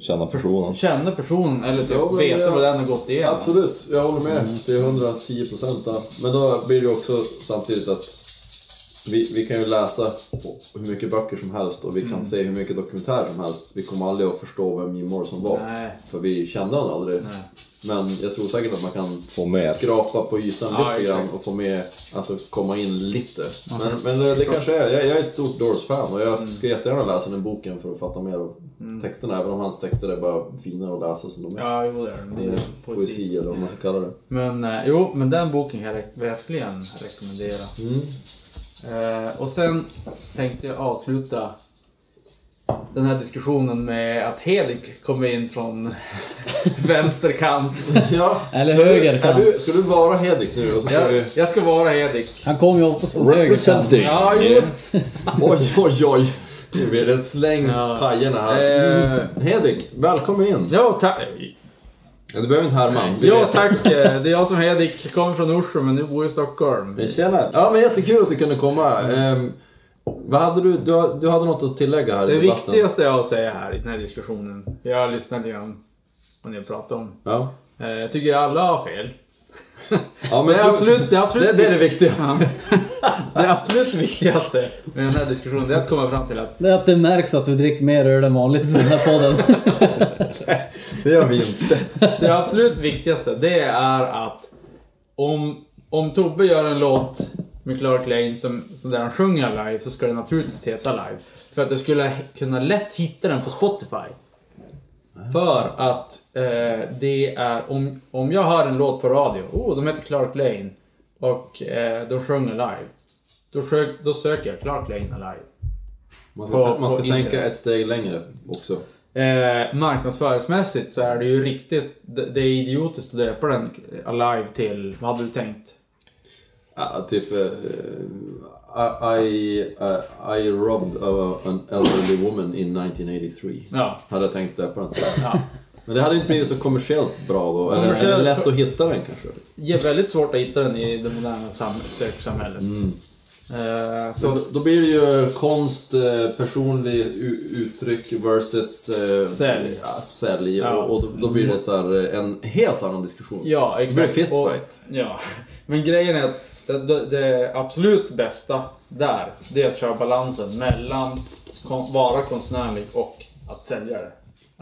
Speaker 5: Känna personen.
Speaker 2: känna personen eller typ
Speaker 4: Ja, men
Speaker 2: veta
Speaker 4: jag-
Speaker 2: vad den har gått igenom.
Speaker 4: Absolut, jag håller med till 110 procent. Men då blir det också samtidigt att vi, vi kan ju läsa hur mycket böcker som helst och vi
Speaker 2: Mm.
Speaker 4: kan se hur mycket dokumentärer som helst. Vi kommer aldrig att förstå vem Jim Morrison var.
Speaker 2: Nej.
Speaker 4: För vi kände honom aldrig.
Speaker 2: Nej.
Speaker 4: Men jag tror säkert att man kan
Speaker 5: Få med.
Speaker 4: skrapa på ytan
Speaker 2: Ja,
Speaker 4: lite
Speaker 2: exakt.
Speaker 4: grann och få med, alltså komma in lite. Men, men eh, det, det kanske är, jag, jag är ett stort Doors-fan och jag
Speaker 2: Mm.
Speaker 4: ska jättegärna läsa den boken för att fatta mer av texterna. Även om hans texter är bara fina att läsa som de är.
Speaker 2: Ja, jo det är den. Det är
Speaker 4: Eller
Speaker 2: ju poesi.
Speaker 4: poesi eller vad man ska kalla det.
Speaker 2: Men eh, jo, men den boken kan jag re- verkligen Mm. rekommendera. Eh, och sen tänkte jag avsluta den här diskussionen med att Hedik kom in från vänsterkant.
Speaker 4: Ja.
Speaker 3: Eller
Speaker 4: Ska du-
Speaker 3: höger,
Speaker 4: är
Speaker 3: kan.
Speaker 4: du, Ska du vara Hedik nu? Och så ska
Speaker 2: Jag,
Speaker 4: vi...
Speaker 2: jag ska vara Hedik.
Speaker 3: Han kom ju oftast från
Speaker 5: Representing!
Speaker 3: höger.
Speaker 2: Ja, jo.
Speaker 5: Yeah.
Speaker 4: Oj, oj, oj! Nu blir det slängs
Speaker 2: Ja.
Speaker 4: pajerna här.
Speaker 2: Eh,
Speaker 4: Hedik, välkommen in!
Speaker 2: ja, ta-
Speaker 4: Ja, Du behöver inte härma. vi
Speaker 2: ja,
Speaker 4: vet.
Speaker 2: tack. Eh, Det är jag som är Hedik. Kommer från Norsjö men nu bor i Stockholm.
Speaker 4: Tjena! Ja, men jättekul att du kunde komma. Ehm, vad hade du, du? Du hade något att tillägga här
Speaker 2: Det
Speaker 4: i debatten?
Speaker 2: viktigaste jag har att säga här i den här diskussionen. Jag lyssnade igenom vad ni pratade om.
Speaker 4: Ja.
Speaker 2: Eh, Jag tycker alla har fel.
Speaker 4: ja, men
Speaker 2: Det är absolut, det är absolut,
Speaker 4: Det, det är det viktigaste.
Speaker 2: Ja. det är absolut viktigaste med den här diskussionen. Det är att komma fram till att
Speaker 3: Det är att det märks att du dricker mer öl än vanligt i den här podden.
Speaker 4: Det gör vi inte.
Speaker 2: Det absolut viktigaste det är att om, om Tobbe gör en låt med Clark Lane som, som där han sjunger live så ska det naturligtvis heta live. För att du skulle he- kunna lätt hitta den på Spotify. För att eh, det är om, om jag hör en låt på radio, oh de heter Clark Lane och eh, de sjunger live. Då, sök, då söker jag Clark Lane live.
Speaker 4: Man
Speaker 2: På-
Speaker 4: ska, ta- man ska
Speaker 2: på
Speaker 4: tänka
Speaker 2: internet.
Speaker 4: ett steg längre också.
Speaker 2: Eh, marknadsföringsmässigt så är det ju riktigt, det, det är idiotiskt att döpa den Alive till, vad hade du tänkt?
Speaker 4: Ja, typ... eh, I, I, eh, I robbed of an elderly woman in 1983.
Speaker 2: Ja.
Speaker 4: Hade jag tänkt döpa den till.
Speaker 2: ja.
Speaker 4: Men det hade inte blivit så kommersiellt bra då. Eller,
Speaker 2: Kommersiellt-
Speaker 4: eller lätt att hitta den kanske.
Speaker 2: Det är väldigt svårt att hitta den i det moderna sam- söksamhället.
Speaker 4: Mm.
Speaker 2: Eh,
Speaker 4: Så
Speaker 2: så,
Speaker 4: då blir det ju konst, eh, personlig u- uttryck versus... eh,
Speaker 2: Sälj.
Speaker 4: Ja, sälj.
Speaker 2: Ja.
Speaker 4: Och, och då, då blir det så här eh, en helt annan diskussion.
Speaker 2: ja,
Speaker 4: Då blir det
Speaker 2: exakt. Och-
Speaker 4: fistfight.
Speaker 2: Ja. Men grejen är att det, det, det absolut bästa där, det är att köra balansen mellan kon- vara konstnärlig och att sälja det.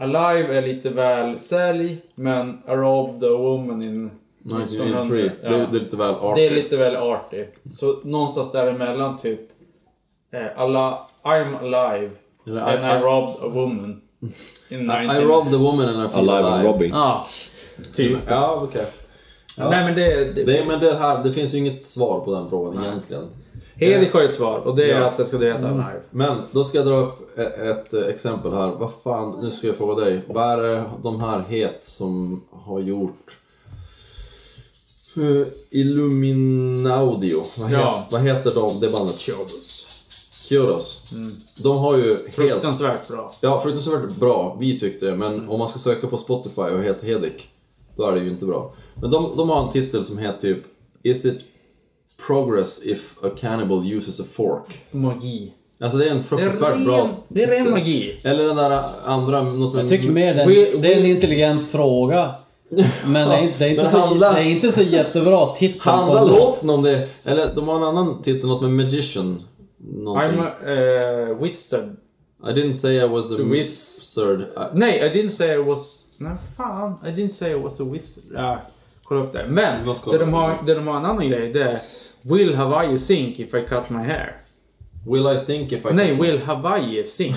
Speaker 2: Alive är lite väl sälj, men A Rob the Woman in
Speaker 4: 1983.
Speaker 2: Ja.
Speaker 4: Det, är- det är lite väl artigt.
Speaker 2: Det är lite väl arty. Så någonstans däremellan typ. Eh, alla, I'm alive
Speaker 4: Eller,
Speaker 2: and I,
Speaker 4: I, I,
Speaker 2: robbed a woman. In 19...
Speaker 4: I robbed the woman and I feel
Speaker 5: Alive and robbing.
Speaker 2: Ja, typ.
Speaker 4: Ja, okej. Ja.
Speaker 2: Nej men det... det,
Speaker 4: Det, men det, här, det finns ju inget svar på den frågan egentligen.
Speaker 2: Hedvig har ju ett svar och det är
Speaker 4: Ja. Mm.
Speaker 2: att det ska heta alive.
Speaker 4: Men då ska jag dra upp e- ett eh, exempel här. Vad fan, nu ska jag fråga dig. Vad är det de här het som har gjort eh, Illuminaudio? Vad,
Speaker 2: Ja.
Speaker 4: het, vad heter de, det bandet?
Speaker 2: Kyodos.
Speaker 4: Kyodos. De har ju helt...
Speaker 2: Mm. Fruktansvärt bra.
Speaker 4: Ja, fruktansvärt bra. Vi tyckte det. Men
Speaker 2: Mm.
Speaker 4: om man ska söka på Spotify och heter Hedik, då är det ju inte bra. Men de, de har en titel som heter typ Is it progress if a cannibal uses a fork?
Speaker 2: Magi.
Speaker 4: Alltså det är en
Speaker 2: Det är
Speaker 4: fruktansvärt
Speaker 2: ren,
Speaker 4: bra...
Speaker 2: det är ren
Speaker 4: titel.
Speaker 2: magi.
Speaker 4: Eller den där andra... Något med,
Speaker 3: Jag tycker mer det,
Speaker 2: We-
Speaker 3: det är en
Speaker 2: we-
Speaker 3: intelligent fråga. Men det är, inte- det är, inte,
Speaker 4: Men
Speaker 3: så,
Speaker 4: handla-
Speaker 3: det är inte så jättebra titel på
Speaker 4: Handlar
Speaker 3: den.
Speaker 4: låten om det? Eller de har en annan titel, något med Magician.
Speaker 2: I'm
Speaker 4: Någonting.
Speaker 2: a eh, wizard.
Speaker 4: I didn't say I was a wizard. I-
Speaker 2: Nej, I didn't say I was... Nej, fan. I didn't say I was a wizard. Ah, kolla upp det. Men,
Speaker 4: Vi måste kolla
Speaker 2: det de,
Speaker 4: upp
Speaker 2: har, det de har en annan grej, det är... Will Hawaii sink if I cut my hair?
Speaker 4: Will I sink if I...
Speaker 2: Nej, Will Hawaii sink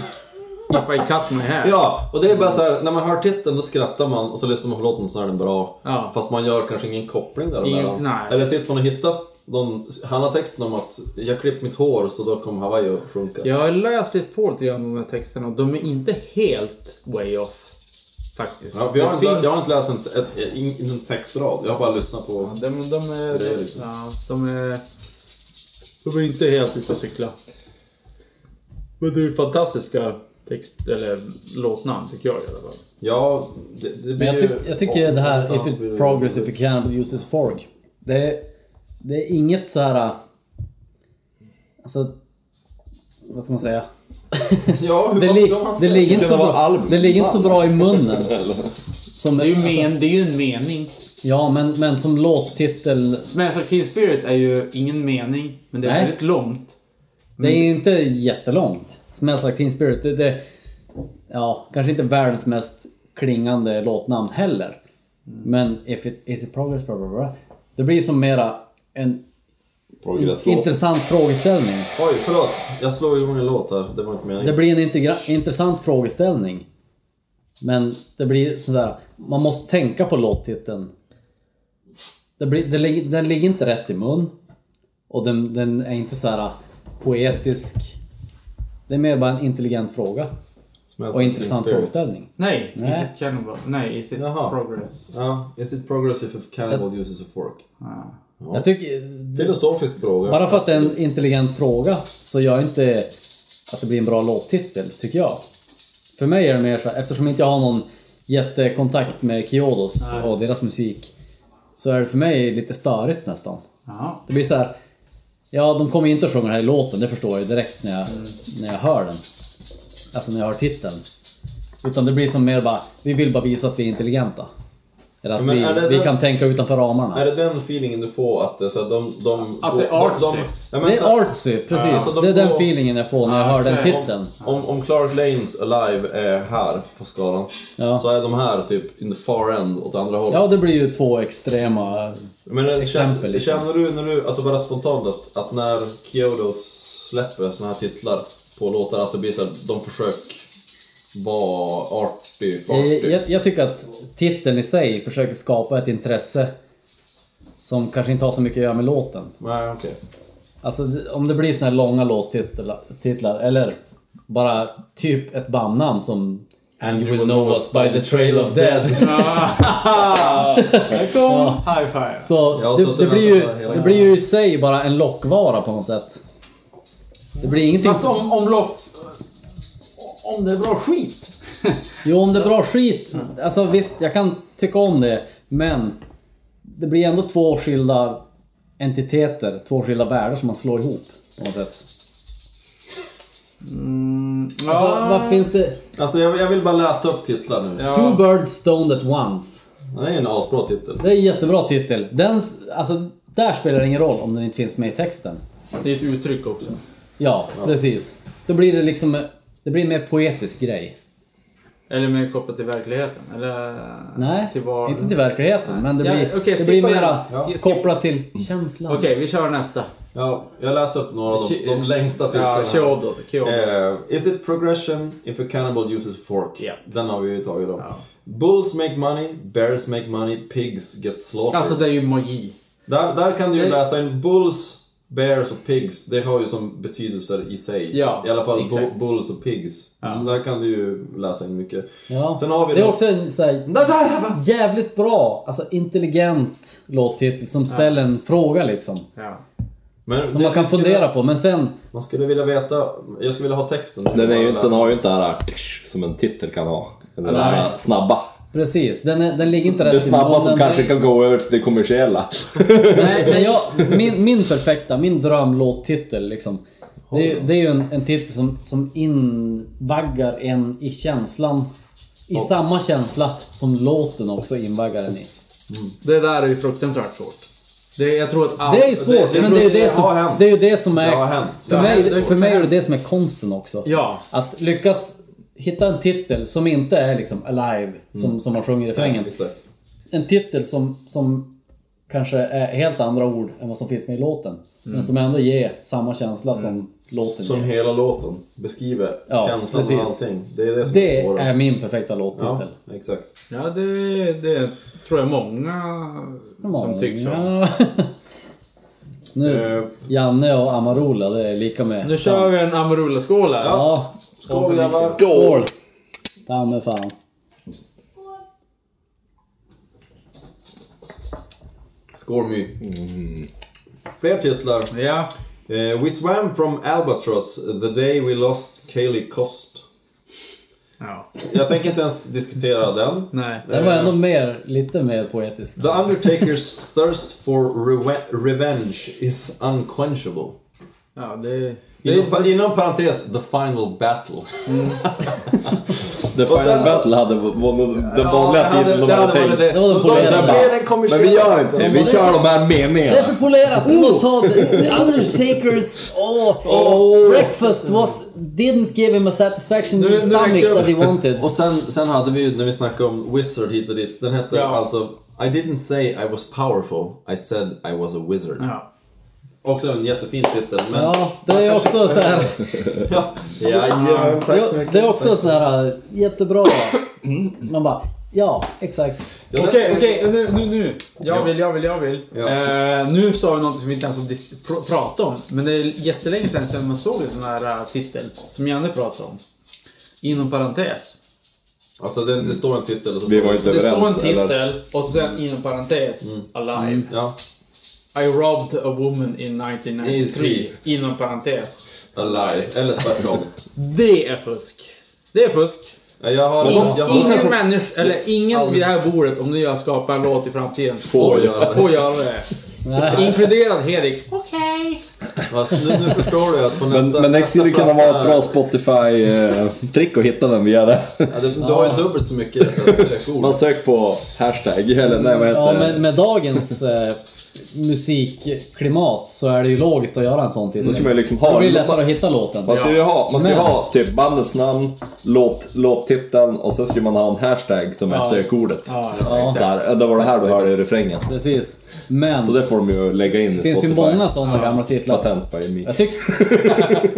Speaker 2: if I cut my hair?
Speaker 4: Ja, och det är bara så här, när man hör titeln då skrattar man och så lyssnar man på låten så är den bra.
Speaker 2: Ja.
Speaker 4: Fast man gör kanske ingen koppling
Speaker 2: Ingen-
Speaker 4: däremellan.
Speaker 2: nej.
Speaker 4: Eller sitter man och hittar någon, handlar texten om att jag klippt mitt hår så då kom Hawaii att sjunka.
Speaker 2: Jag har läst lite på lite grann om de här texterna och de är inte helt way off. Faktiskt.
Speaker 4: Ja, vi har
Speaker 2: Det
Speaker 4: inte,
Speaker 2: finns-
Speaker 4: Jag har inte läst en, ett, en, en textrad, jag har bara lyssnat på...
Speaker 2: Ja, de, de, är,
Speaker 4: Det är liksom-
Speaker 2: ja, de är... De är inte helt ute och cykla. Men det är ju fantastiska text, eller låtnamn tycker jag i alla fall.
Speaker 4: Ja, det, det blir
Speaker 3: Men jag,
Speaker 4: ju-
Speaker 3: tyck, jag tycker det här, if
Speaker 4: någonstans blir
Speaker 3: it
Speaker 4: det-
Speaker 3: progress if it can uses fork. Det är, det är inget så här. äh, Alltså, vad ska man säga?
Speaker 4: Ja, hur,
Speaker 3: Det,
Speaker 4: vad
Speaker 3: li,
Speaker 4: ska man
Speaker 3: det,
Speaker 4: säga?
Speaker 3: ligger, inte så
Speaker 5: Det var
Speaker 3: bra,
Speaker 5: album.
Speaker 3: det ligger inte så bra i munnen. Som, alltså,
Speaker 2: det är ju en mening.
Speaker 3: ja, men, men som låttitel.
Speaker 2: Men så King Spirit är ju ingen mening, men det är
Speaker 3: Nej.
Speaker 2: väldigt långt.
Speaker 3: Det är
Speaker 2: Mm.
Speaker 3: inte jättelångt. Smells like teen spirit. Det, det, ja, kanske inte världens mest klingande låtnamn heller.
Speaker 2: Mm.
Speaker 3: Men if it is it progress, blah, blah, blah. Det blir som mera en
Speaker 5: Progresslåt.
Speaker 3: intressant frågeställning.
Speaker 4: Oj, förlåt. Jag slog igång en låt här, det var inte
Speaker 3: Det
Speaker 4: meningen.
Speaker 3: blir en integra- intressant frågeställning. Men det blir sådär, man måste tänka på låttiteln. Det blir, det lig- den ligger inte rätt i mun. Och den, den är inte såhär poetisk. Det är mer bara en intelligent fråga.
Speaker 4: Smells
Speaker 3: Och
Speaker 4: like
Speaker 3: intressant
Speaker 4: Teen Spirit.
Speaker 3: frågeställning.
Speaker 2: Nej,
Speaker 3: Nej.
Speaker 2: Is it cannibal? Nej, is it
Speaker 4: Jaha.
Speaker 2: progress?
Speaker 4: Ja, is it progressive if cannibal uses a fork?
Speaker 2: Ah.
Speaker 3: Jag tycker...
Speaker 4: Filosofisk fråga.
Speaker 3: Bara för att det är en intelligent fråga så gör inte att det blir en bra låttitel, tycker jag. För mig är det mer så här, eftersom inte jag har någon jättekontakt med Kyodos och deras musik så är det för mig lite störigt nästan.
Speaker 2: Jaha.
Speaker 3: Det blir så här. Ja, de kommer inte att sjunga den här i låten, det förstår jag ju direkt när jag,
Speaker 4: Mm.
Speaker 3: när jag hör den. Alltså när jag hör titeln. Utan det blir som mer bara, vi vill bara visa att vi är intelligenta. Eller att
Speaker 4: Ja, men är det
Speaker 3: vi, vi
Speaker 4: den-
Speaker 3: kan tänka utanför ramarna.
Speaker 4: Är det den feelingen du får att det är så här, de, de...
Speaker 2: Att det är
Speaker 4: de-
Speaker 2: artsy.
Speaker 4: de- ja, men
Speaker 3: det
Speaker 4: så
Speaker 3: är
Speaker 4: här,
Speaker 3: artsy, precis.
Speaker 4: alltså, de
Speaker 3: det är den
Speaker 4: går-
Speaker 3: feelingen jag får när jag
Speaker 2: Ah,
Speaker 3: hör den
Speaker 2: okej.
Speaker 3: titeln.
Speaker 4: Om, om Clark Lanes Alive är här på skalan
Speaker 3: Ja.
Speaker 4: så är de här typ in the far end åt andra hållet.
Speaker 3: Ja, det blir ju två extrema...
Speaker 4: Men det,
Speaker 3: Exempel,
Speaker 4: känner,
Speaker 3: liksom.
Speaker 4: känner du när du, alltså bara spontant att, att när Kyoto släpper såna här titlar på låtar att det blir såhär, de försöker vara arty, farty.
Speaker 3: Jag, Eh, jag, jag tycker att titeln i sig försöker skapa ett intresse som kanske inte har så mycket att göra med låten.
Speaker 4: Nej okej.
Speaker 3: Alltså om det blir såna här långa låttitlar eller bara typ ett bandnamn som And you will know us by the trail of dead.
Speaker 2: Välkommen! High five!
Speaker 3: Så
Speaker 4: Jag har
Speaker 3: det,
Speaker 4: suttit
Speaker 3: det,
Speaker 4: och
Speaker 3: blir ju,
Speaker 4: väntat hela
Speaker 3: det blir ju i sig bara en lockvara på något sätt. Det blir ingenting...
Speaker 2: Fast Alltså, om, om lopp... Om det är bra skit!
Speaker 3: Jo, om det är bra skit. Alltså visst, jag kan tycka om det. Men det blir ändå två skilda entiteter, två skilda världar som man slår ihop på något sätt.
Speaker 2: Ja.
Speaker 3: Alltså, vad finns det?
Speaker 4: Alltså jag, jag vill bara läsa upp titlar nu.
Speaker 2: Ja.
Speaker 3: Two birds stoned at once.
Speaker 4: Det är en asbra titel.
Speaker 3: Det är en jättebra titel. Den, s- alltså, där spelar det ingen roll om den inte finns med i texten.
Speaker 2: Det är ett uttryck också.
Speaker 3: Ja, precis. Då blir det liksom... Det blir en mer poetisk grej.
Speaker 2: Eller mer kopplat till verkligheten. Eller
Speaker 3: Nej,
Speaker 2: till var...
Speaker 3: inte till verkligheten. Men det
Speaker 2: Ja,
Speaker 3: blir,
Speaker 2: okej,
Speaker 3: det
Speaker 2: skippa
Speaker 3: blir
Speaker 2: den.
Speaker 3: mera
Speaker 2: Ja. Skip-
Speaker 3: kopplat till känslan.
Speaker 2: Okej, vi kör nästa.
Speaker 4: Ja, jag läser upp några av de,
Speaker 2: Ki-
Speaker 4: de längsta titlarna.
Speaker 2: Ja, Kyodo. Kyodo.
Speaker 4: Eh, is it progression if a cannibal uses fork?
Speaker 2: Ja.
Speaker 4: Den har vi ju tagit då.
Speaker 2: Ja.
Speaker 4: Bulls make money, bears make money, pigs get slaughtered.
Speaker 2: Alltså det är ju magi.
Speaker 4: Där, där kan du ju
Speaker 2: Det-
Speaker 4: läsa in bulls, bears och pigs. Det har ju som betydelser i sig.
Speaker 2: Ja,
Speaker 4: I alla fall bu-
Speaker 2: exakt.
Speaker 4: bulls och pigs. Där kan du ju läsa in mycket.
Speaker 3: Ja.
Speaker 4: Sen har vi
Speaker 3: det är
Speaker 4: då-
Speaker 3: också en så här, jävligt bra, alltså intelligent låttitel som ställer en fråga liksom.
Speaker 2: Ja.
Speaker 4: Men
Speaker 3: Som man kan fundera på. Men sen,
Speaker 4: Man skulle vilja veta... Jag skulle vilja ha texten.
Speaker 5: Den, är ju,
Speaker 4: Alltså.
Speaker 5: inte- den har ju inte det här äh, som en titel kan ha. Den här äh, snabba.
Speaker 3: precis, den, är, den ligger inte rätt
Speaker 5: Det snabba som
Speaker 3: munnen.
Speaker 5: kanske kan gå över till det kommersiella.
Speaker 3: Nej, nej, jag, min, min perfekta, min drömlåttitel liksom. Det, är- det är ju en, en titel som, som invaggar en i känslan. I samma känsla som låten också invaggar en i.
Speaker 2: Det där är ju fruktansvärt svårt. Det, jag tror att allt...
Speaker 3: Det är ju svårt,
Speaker 4: det-
Speaker 3: men det är ju det
Speaker 4: det har
Speaker 3: som,
Speaker 4: hänt.
Speaker 3: det är ju det som är...
Speaker 4: Det har hänt.
Speaker 3: För
Speaker 4: Det har
Speaker 3: mig,
Speaker 4: hänt.
Speaker 3: för mig är det det som är konsten också.
Speaker 2: Ja.
Speaker 3: Att lyckas hitta en titel som inte är liksom Alive, som, som man sjunger i refrängen.
Speaker 4: Exakt.
Speaker 3: En titel som, som kanske är helt andra ord än vad som finns med i låten. Men som ändå ger samma känsla som låten
Speaker 4: Som
Speaker 3: ger.
Speaker 4: hela låten beskriver
Speaker 3: Ja,
Speaker 4: känslan och
Speaker 3: precis.
Speaker 4: allting. Det är det som
Speaker 3: Det
Speaker 4: är svåra.
Speaker 3: är min perfekta låttitel.
Speaker 4: Ja, exakt.
Speaker 2: Ja, det, det tror jag många som tycker så.
Speaker 3: Många. Nu,
Speaker 4: Eh,
Speaker 3: Janne och Amarula, det är lika med...
Speaker 2: Nu kör vi en Amarula-skål här.
Speaker 3: Ja,
Speaker 4: Skål grabbar!
Speaker 3: skål! Ta mig fan.
Speaker 4: Skål My! Mm. Fler titlar.
Speaker 2: Ja.
Speaker 4: Eh, we swam from Albatross the day we lost Kaylee Cost.
Speaker 2: ja.
Speaker 4: Jag tänker inte ens diskutera den.
Speaker 2: Nej.
Speaker 3: Den var ändå mer, lite mer poetisk.
Speaker 4: The Undertaker's thirst for rewe- revenge is unquenchable.
Speaker 2: Ja, det...
Speaker 4: Inom, pa- inom parentes, the final battle.
Speaker 5: The
Speaker 4: Och
Speaker 5: Final
Speaker 4: sen-
Speaker 5: Battle hade var nog den vanliga
Speaker 4: det hade-
Speaker 5: titeln de
Speaker 4: det hade
Speaker 5: hade
Speaker 4: varit
Speaker 5: tänkt.
Speaker 4: det.
Speaker 3: Det var den
Speaker 4: De- de- de- de- den
Speaker 3: polerade.
Speaker 5: Men vi gör inte det, vi
Speaker 3: det-
Speaker 5: kör de här
Speaker 3: Det är för
Speaker 5: meningarna.
Speaker 3: polerat! Du
Speaker 2: Oh.
Speaker 3: måste ha the, the Undertakers oh, oh. breakfast was didn't give him a satisfaction in
Speaker 2: Nu-
Speaker 3: his
Speaker 2: nu räcker
Speaker 3: stomach
Speaker 2: det.
Speaker 3: that he wanted.
Speaker 4: Och sen, sen hade vi ju, när vi snackade om Wizard hit och dit, den hette
Speaker 2: Ja.
Speaker 4: alltså I didn't say I was powerful, I said I was a wizard.
Speaker 2: Ja.
Speaker 4: Också en jättefin titel, men...
Speaker 3: Ja, det är också så här.
Speaker 4: Ja, jajamän, tack så
Speaker 3: Det,
Speaker 4: mycket.
Speaker 3: det är också sån här äh, jättebra. Man bara, ja, exakt.
Speaker 4: Ja,
Speaker 2: Okej,
Speaker 4: det-
Speaker 2: okej, nu, nu, nu. Jag vill, jag vill, jag vill.
Speaker 4: Ja.
Speaker 2: Eh, nu sa vi något som vi inte ens har dis- pr- pratat om. Men det är jättelänge sedan, sedan man såg en sån här eh, titel som Janne pratade om. Inom parentes.
Speaker 4: Alltså det, det står en titel och så
Speaker 5: Vi
Speaker 4: står
Speaker 5: var inte
Speaker 4: det-
Speaker 2: Det står en
Speaker 5: Överens, eller?
Speaker 2: titel och sen inom parentes,
Speaker 4: Mm.
Speaker 2: Alive.
Speaker 4: Ja,
Speaker 2: I robbed a woman in 1993.
Speaker 4: I
Speaker 2: Inom parentes.
Speaker 4: Alive. Eller tvärtom.
Speaker 2: Det är fusk. Det är fusk.
Speaker 4: Nej, jag har...
Speaker 2: Och
Speaker 4: Jag
Speaker 2: ingen
Speaker 4: har
Speaker 2: människa, eller ingen vid det här bordet, om nu jag skapar en låt i framtiden,
Speaker 4: Får göra det.
Speaker 2: får göra det.
Speaker 3: Nej.
Speaker 2: Inkluderad Hedik.
Speaker 4: fast nu, nu förstår du att på nästa...
Speaker 5: Men, men det
Speaker 4: nästa
Speaker 5: skulle kunna
Speaker 4: platta
Speaker 5: vara
Speaker 4: här-
Speaker 5: ett bra Spotify-trick att hitta den via det.
Speaker 4: Ja, det, du har ju dubbelt så mycket SS-sökord.
Speaker 5: Man söker på hashtag, eller nej vad
Speaker 3: Ja,
Speaker 5: heter det?
Speaker 3: men med dagens eh, musikklimat så är det ju logiskt att göra en sån
Speaker 5: Då ska man
Speaker 3: titel.
Speaker 5: ju liksom
Speaker 3: Då
Speaker 5: ha...
Speaker 3: blir det lättare att hitta låten.
Speaker 5: Man skulle ju ha, man skulle
Speaker 3: Men-
Speaker 5: ha typ bandets namn, låt, låttiteln och sen skulle man ha en hashtag som är
Speaker 2: Ja.
Speaker 5: sökordet.
Speaker 3: Ja,
Speaker 5: Så här, det var det här du hörde i refrängen.
Speaker 3: precis. Men
Speaker 5: Så det får de ju lägga in
Speaker 3: det
Speaker 5: i
Speaker 3: finns ju
Speaker 5: Spotify.
Speaker 3: många såna gamla titlar.
Speaker 5: Patent på EMI.
Speaker 3: Jag tyckte,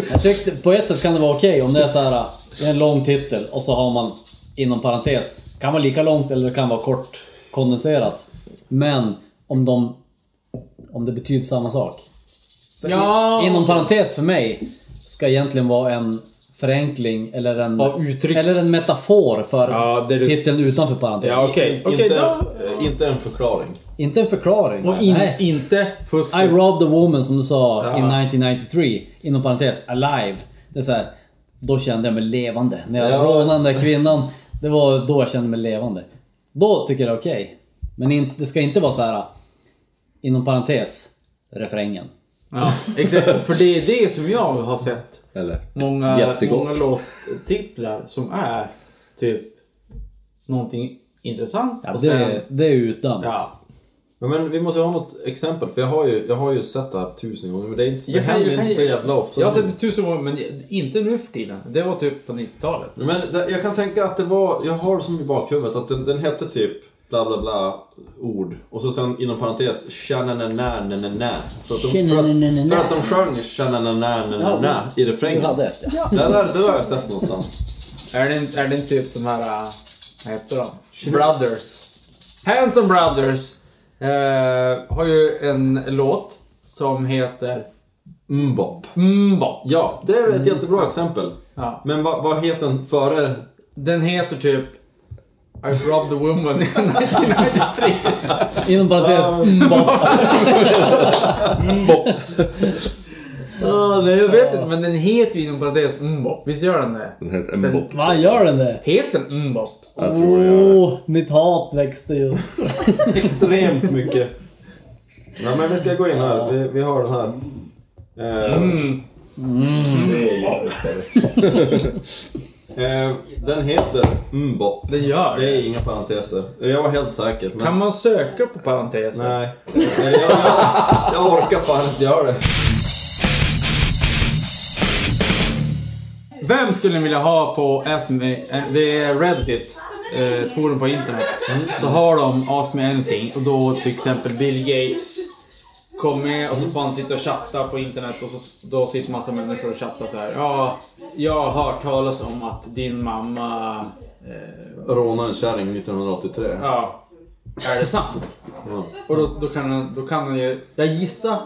Speaker 3: jag tyckte på ett sätt kan det vara okej om det är så här det är en lång titel och så har man inom parentes, kan vara lika långt eller det kan vara kort kondenserat. Men om de om det betyder samma sak.
Speaker 2: Ja.
Speaker 3: Inom parentes för mig ska egentligen vara en förenkling eller en,
Speaker 2: Ja, uttryck.
Speaker 3: eller en metafor för
Speaker 2: Ja, det du-
Speaker 3: titeln utanför parentes.
Speaker 2: Ja, okej. Okej,
Speaker 4: inte,
Speaker 2: då.
Speaker 4: eh, inte en förklaring.
Speaker 3: Inte en förklaring.
Speaker 2: Och in,
Speaker 3: Nej.
Speaker 2: inte fusk.
Speaker 3: I robbed a woman som du sa
Speaker 2: Ja.
Speaker 3: in 1993, inom parentes, alive. Det är så här, då kände jag mig levande. När jag
Speaker 4: Ja.
Speaker 3: rånade den där kvinnan, det var då jag kände mig levande. Då tycker jag det är okej. Men in, det ska inte vara så här inom parentes, refrängen.
Speaker 2: Ja, exakt. För det är det som jag har sett
Speaker 5: Eller?
Speaker 2: många,
Speaker 5: Jättegott.
Speaker 2: många låttitlar som är typ någonting intressant
Speaker 3: Ja,
Speaker 2: och
Speaker 3: det,
Speaker 2: sen...
Speaker 3: det är utdömt.
Speaker 2: Ja.
Speaker 4: Men, men vi måste ju ha något exempel, för jag har ju, jag har ju sett det här tusen gånger, men det, är inte, det
Speaker 2: Jag kan-
Speaker 4: händer
Speaker 2: jag kan-
Speaker 4: inte så jävla ofta.
Speaker 2: Jag har sett det tusen gånger men inte nu för tiden. Det var typ på 90-talet.
Speaker 4: Men det, jag kan tänka att det var, jag har som i bakhuvudet att den, den hette typ bla bla bla ord och så sen inom parentes tjananananananä. Så att de, för, att, för att de sjöng tjananananananä i refrängen.
Speaker 3: Du hade
Speaker 4: Det
Speaker 3: ett, ja.
Speaker 4: där, det där har jag sett någonstans.
Speaker 2: Är det, inte- är det inte typ de här, äh, vad heter de? Brothers. Handsome Brothers eh, har ju en låt som heter
Speaker 4: Mbop.
Speaker 2: Mbop.
Speaker 4: Ja, det är ett jättebra exempel.
Speaker 2: Ja.
Speaker 4: Men vad, vad heter den före?
Speaker 2: Den heter typ I robbed a woman 1993.
Speaker 3: Inom parentes, mm, bara-
Speaker 2: Mbop.
Speaker 3: Mm.
Speaker 2: Ja, nej, jag vet inte, men den heter ju inom parentes Mbop. Visst gör den det?
Speaker 5: Den heter Mbop.
Speaker 3: Vad gör den det?
Speaker 2: Heter den Mbop?
Speaker 5: Jag tror det gör det.
Speaker 3: Åh, mitt hat växte just.
Speaker 4: Extremt mycket. Nej men vi ska gå in här. Vi, vi har den här. Eh,
Speaker 2: Mm.
Speaker 4: eh, den heter Mbop.
Speaker 2: Den gör
Speaker 4: Det
Speaker 2: det.
Speaker 4: är inga parenteser. Jag var helt säker. Men...
Speaker 2: Kan man söka på parenteser?
Speaker 4: Nej. Nej, Jag, jag, jag orkar fan inte göra det.
Speaker 2: Vem skulle ni vilja ha på Ask Me... eh, Det är Reddit, eh, ett forum på internet.
Speaker 4: Mm.
Speaker 2: Så har de Ask Me Anything och då till exempel Bill Gates kom med och så får han sitta och chatta på internet och så, då sitter massa människor och chattar så här. Ja, jag har hört talas om att din mamma... Eh,
Speaker 4: Råna en kärring 1983.
Speaker 2: ja, är det sant?
Speaker 4: Ja.
Speaker 2: Och då, då, kan han, då kan han ju... Jag gissar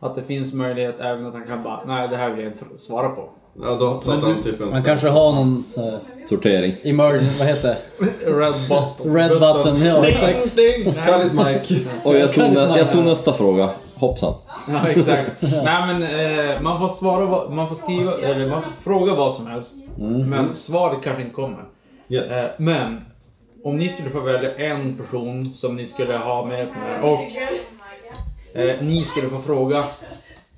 Speaker 2: att det finns möjlighet även att han kan bara, nej det här vill jag inte svara på.
Speaker 4: Ja, då satte
Speaker 2: Men
Speaker 4: han
Speaker 2: du-
Speaker 4: typ en
Speaker 3: Man kanske har någon så här,
Speaker 5: Sortering.
Speaker 3: emergent, vad heter det?
Speaker 2: Red button.
Speaker 3: Red button, ja exakt.
Speaker 2: Ding, ding.
Speaker 4: Kallis Mike.
Speaker 5: Och jag liksom
Speaker 3: Kan
Speaker 5: tog,
Speaker 3: det
Speaker 5: nä-
Speaker 3: smaka?
Speaker 5: jag tog nästa fråga. Hoppsan.
Speaker 2: Ja, exakt. Nej, men eh, man får svara, vad- man får skriva, eller man får fråga vad som helst. Men svaret kanske inte kommer.
Speaker 4: Yes.
Speaker 2: Eh, men om ni skulle få välja en person som ni skulle ha med på det här och eh, ni skulle få fråga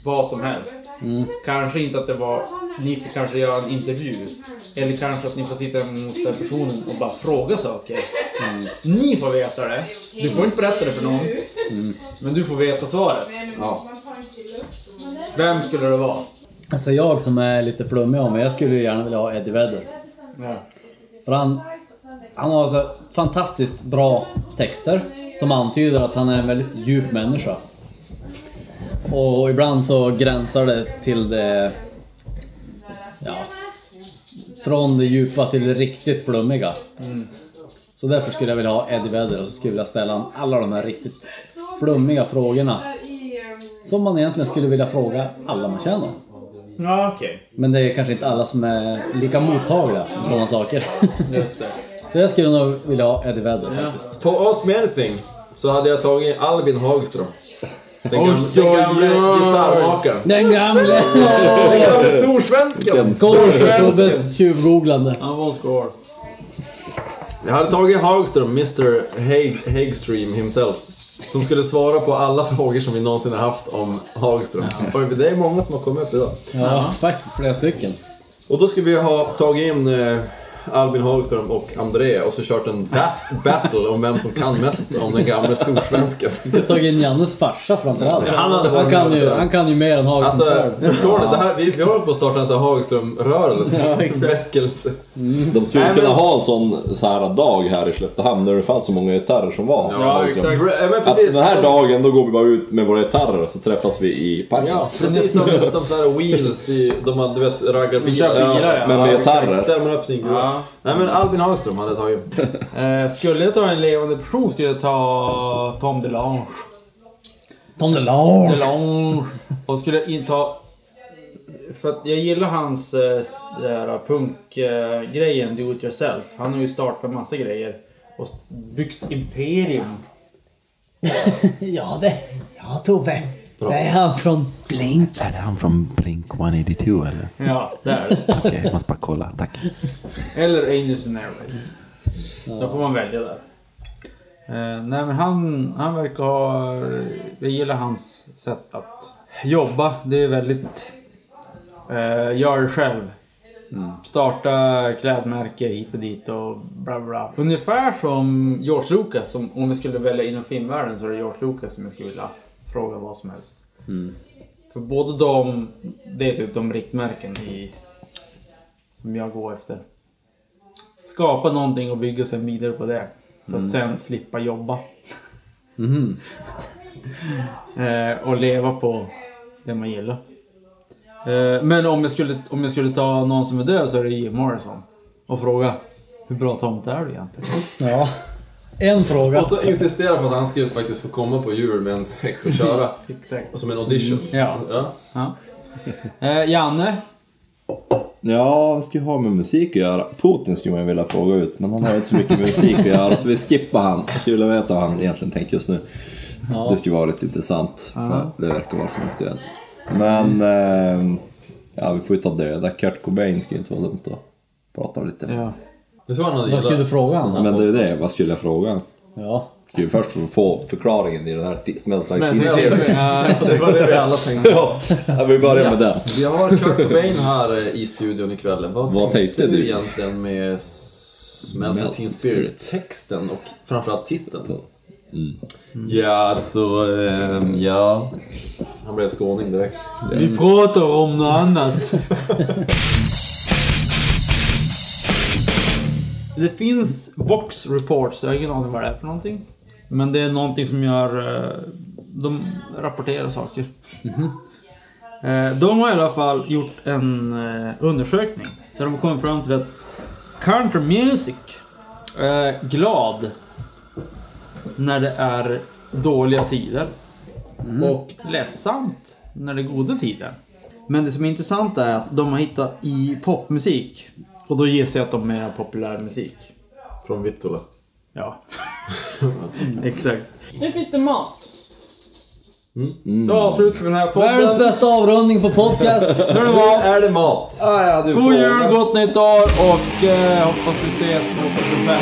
Speaker 2: vad som helst. Kanske inte att det var, ni får kanske göra en intervju. Eller kanske att ni får sitta mot den personen och bara fråga saker. Mm. Ni får veta det. Du får inte berätta det för någon. Mm. Men du får veta svaret.
Speaker 4: Ja.
Speaker 2: Vem skulle det vara?
Speaker 3: Alltså jag som är lite flummig av mig, jag skulle ju gärna vilja ha Eddie Vedder. För han, han har så fantastiskt bra texter som antyder att han är en väldigt djup människa. Och ibland så gränsar det till det... Ja, från det djupa till det riktigt flummiga. Så därför skulle jag vilja ha Eddie Vedder och så skulle jag vilja ställa honom alla de här riktigt flummiga frågorna. Som man egentligen skulle vilja fråga alla man känner.
Speaker 2: Ja, okej.
Speaker 3: Men det är kanske inte alla som är lika mottagliga för sådana saker.
Speaker 2: Just det.
Speaker 3: Så jag skulle nog vilja ha Eddie Vedder
Speaker 2: Ja.
Speaker 3: faktiskt.
Speaker 4: På Ask Me Anything så hade jag tagit Albin Hagström. Den gamle,
Speaker 2: Oj,
Speaker 4: den
Speaker 2: oj,
Speaker 4: gamle
Speaker 2: oj.
Speaker 4: gitarrmakaren.
Speaker 3: Den gamle!
Speaker 4: Den gamle storsvensken.
Speaker 3: Skål för Tubbes tjuvgooglande.
Speaker 2: Han var score.
Speaker 4: Jag hade tagit Hagström, Mr Hag Hagstream himself. Som skulle svara på alla frågor som vi någonsin har haft om Hagström. Och det är många som har kommit upp idag.
Speaker 3: Ja, faktiskt flera stycken.
Speaker 4: Och då skulle vi ha tagit in eh, Albin Hagström och André och så kört en ba battle om vem som kan mest om den gamla storsvensken.
Speaker 3: Tagit in Jannes farsa framförallt.
Speaker 4: Han hade varit
Speaker 3: han, kan
Speaker 4: med
Speaker 3: ju,
Speaker 4: också.
Speaker 3: han kan ju mer än Hagström
Speaker 4: Alltså,
Speaker 3: själv.
Speaker 4: förstår ni? Det här, vi, vi håller på att starta en sån här Hagström-rörelse.
Speaker 3: Ja, exakt.
Speaker 4: Väckelse.
Speaker 5: De skulle
Speaker 4: Nej, men-
Speaker 5: kunna ha en sån, så här dag här i Skelleftehamn när det fanns så många gitarrer som var.
Speaker 2: Ja,
Speaker 5: liksom.
Speaker 2: exakt.
Speaker 4: Bra, men
Speaker 5: Att
Speaker 4: precis,
Speaker 3: Alltså,
Speaker 5: den här
Speaker 4: som-
Speaker 5: dagen då går vi bara ut med våra gitarrer och så träffas vi i parken.
Speaker 4: Ja, precis som, som så här wheels i, de hade, du vet, raggarbilar.
Speaker 2: kör bilar,
Speaker 5: ja. Men med gitarrer.
Speaker 4: Ställer man upp sin gruva.
Speaker 2: Ja.
Speaker 4: Nej men Albin Hagström hade jag tagit.
Speaker 2: Eh, skulle jag ta en levande person skulle jag ta Tom DeLonge.
Speaker 3: Tom DeLonge!
Speaker 2: DeLonge. Och skulle jag inta... För att jag gillar hans eh, där punkgrejen, do it yourself. Han har ju startat massa grejer. Och byggt imperium.
Speaker 1: Ja det, ja Tobbe. Det är han från Blink.
Speaker 6: Är det han från Blink 182 eller?
Speaker 2: Ja, där.
Speaker 6: Okej, jag måste bara kolla. Tack.
Speaker 2: Eller Angels and Airways. Då får man välja där. Eh, nej men han, han verkar ha... Jag gillar hans sätt att jobba. Det är väldigt... Eh, gör det själv. Starta klädmärke hit och dit och bla bla. Ungefär som George Lucas. Som, om vi skulle välja inom filmvärlden så är det George Lucas som jag skulle vilja fråga vad som helst. För båda de, det är typ de riktmärken i, som jag går efter skapa någonting och bygga sen vidare på det. För att sen slippa jobba. eh, och leva på det man gillar. Eh, men om jag, skulle, om jag skulle ta någon som är död så är det Jim Morrison. Och fråga, hur bra tomte är du egentligen?
Speaker 3: Ja. En fråga.
Speaker 4: Och så insisterade på att han skulle faktiskt få komma på jul med en säck för att köra.
Speaker 2: Exakt.
Speaker 4: Och Som en audition.
Speaker 2: Ja.
Speaker 4: Ja.
Speaker 2: Ja. Eh, Janne?
Speaker 5: Ja, vad ska ju ha med musik att göra? Putin skulle man ju vilja fråga ut, men han har ju inte så mycket med musik att göra så vi skippar han. Jag skulle vilja veta vad han egentligen tänker just nu. Det skulle vara lite intressant, för det verkar vara som aktuellt. Men, eh, ja vi får ju ta döda. Kurt Cobain skulle inte vara dumt att prata om lite.
Speaker 2: Ja.
Speaker 4: Det tror han hade
Speaker 3: Vad skulle du
Speaker 4: gillat.
Speaker 3: fråga honom?
Speaker 5: Men det är ju det, vad skulle jag fråga?
Speaker 3: Ja.
Speaker 5: Skulle först få- få förklaringen i den här t- Smells like
Speaker 2: Men,
Speaker 5: Teen
Speaker 4: Smells-
Speaker 5: Spirit.
Speaker 2: ja,
Speaker 4: Det var det vi alla tänkte.
Speaker 5: Ja, ja, vi börjar med den.
Speaker 4: Vi har Kurt Cobain här eh, i studion ikväll. Vad,
Speaker 5: Vad
Speaker 4: tänkte
Speaker 5: tänkte
Speaker 4: du
Speaker 5: du?
Speaker 4: egentligen med Smells like Teen Spirit-texten och framförallt titeln? mm. Ja, så... ehm, ja. Han blev skåning direkt.
Speaker 2: vi pratar om något annat. Det finns Vox Reports, jag har ingen aning vad det är för någonting. Men det är någonting som gör... eh, De rapporterar saker. Eh, De har i alla fall gjort en eh, undersökning där de har kommit fram till att country music är glad när det är dåliga tider och ledsamt när det är goda tider. Men det som är intressant är att de har hittat i popmusik och då ger sig att de är mer populär musik.
Speaker 4: Från Vittula.
Speaker 2: Ja. Exakt.
Speaker 7: Nu finns det mat.
Speaker 2: Då avslutar vi den här
Speaker 3: Världens
Speaker 2: podden.
Speaker 3: bästa avrundning på podcast.
Speaker 2: Nu är det
Speaker 4: Nu
Speaker 2: mat.
Speaker 4: är det mat!
Speaker 2: God jul, gott nytt år och eh, hoppas vi ses 2015.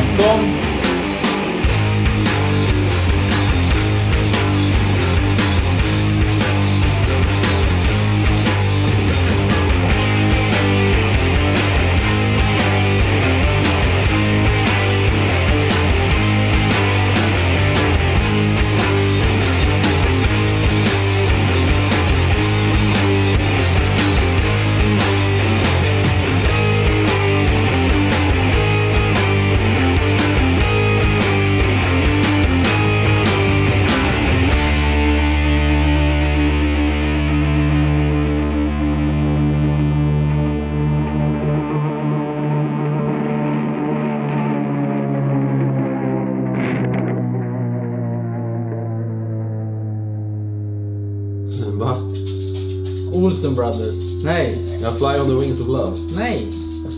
Speaker 2: Olsen Brothers. Nej,
Speaker 4: Ja, Fly on the wings of love.
Speaker 2: nej.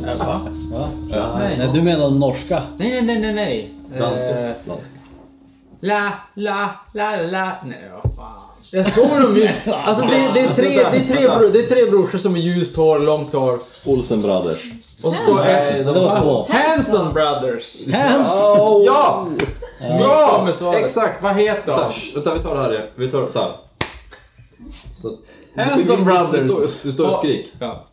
Speaker 2: Äh, va?
Speaker 3: Ja.
Speaker 2: Nej.
Speaker 3: Nej, du menar norska?
Speaker 2: nej, nej, nej, nej, nej.
Speaker 4: Danska.
Speaker 2: Eh,
Speaker 4: Danska.
Speaker 2: La, la, la, la. Nej, vad fan. Jag står dem ju. Alltså det, det, är tre, det, är tre, bro- det är tre brorsor som är ljust hår, långt hår.
Speaker 5: Olsen Brothers.
Speaker 2: Och så står
Speaker 4: Nej,
Speaker 2: eh,
Speaker 4: de
Speaker 3: Det var två.
Speaker 2: Hanson Brothers.
Speaker 3: Hands!
Speaker 4: Ja!
Speaker 2: Kommer
Speaker 4: Bra!
Speaker 2: svaret.
Speaker 4: Exakt!
Speaker 2: Vad heter de?
Speaker 4: Vänta, shh, vänta, vi tar det här igen. Vi tar det så här. Så.
Speaker 2: Handsome
Speaker 4: Vi- vi- vi-
Speaker 2: Brothers.
Speaker 4: Det står- det står ju skrik.
Speaker 2: Ja.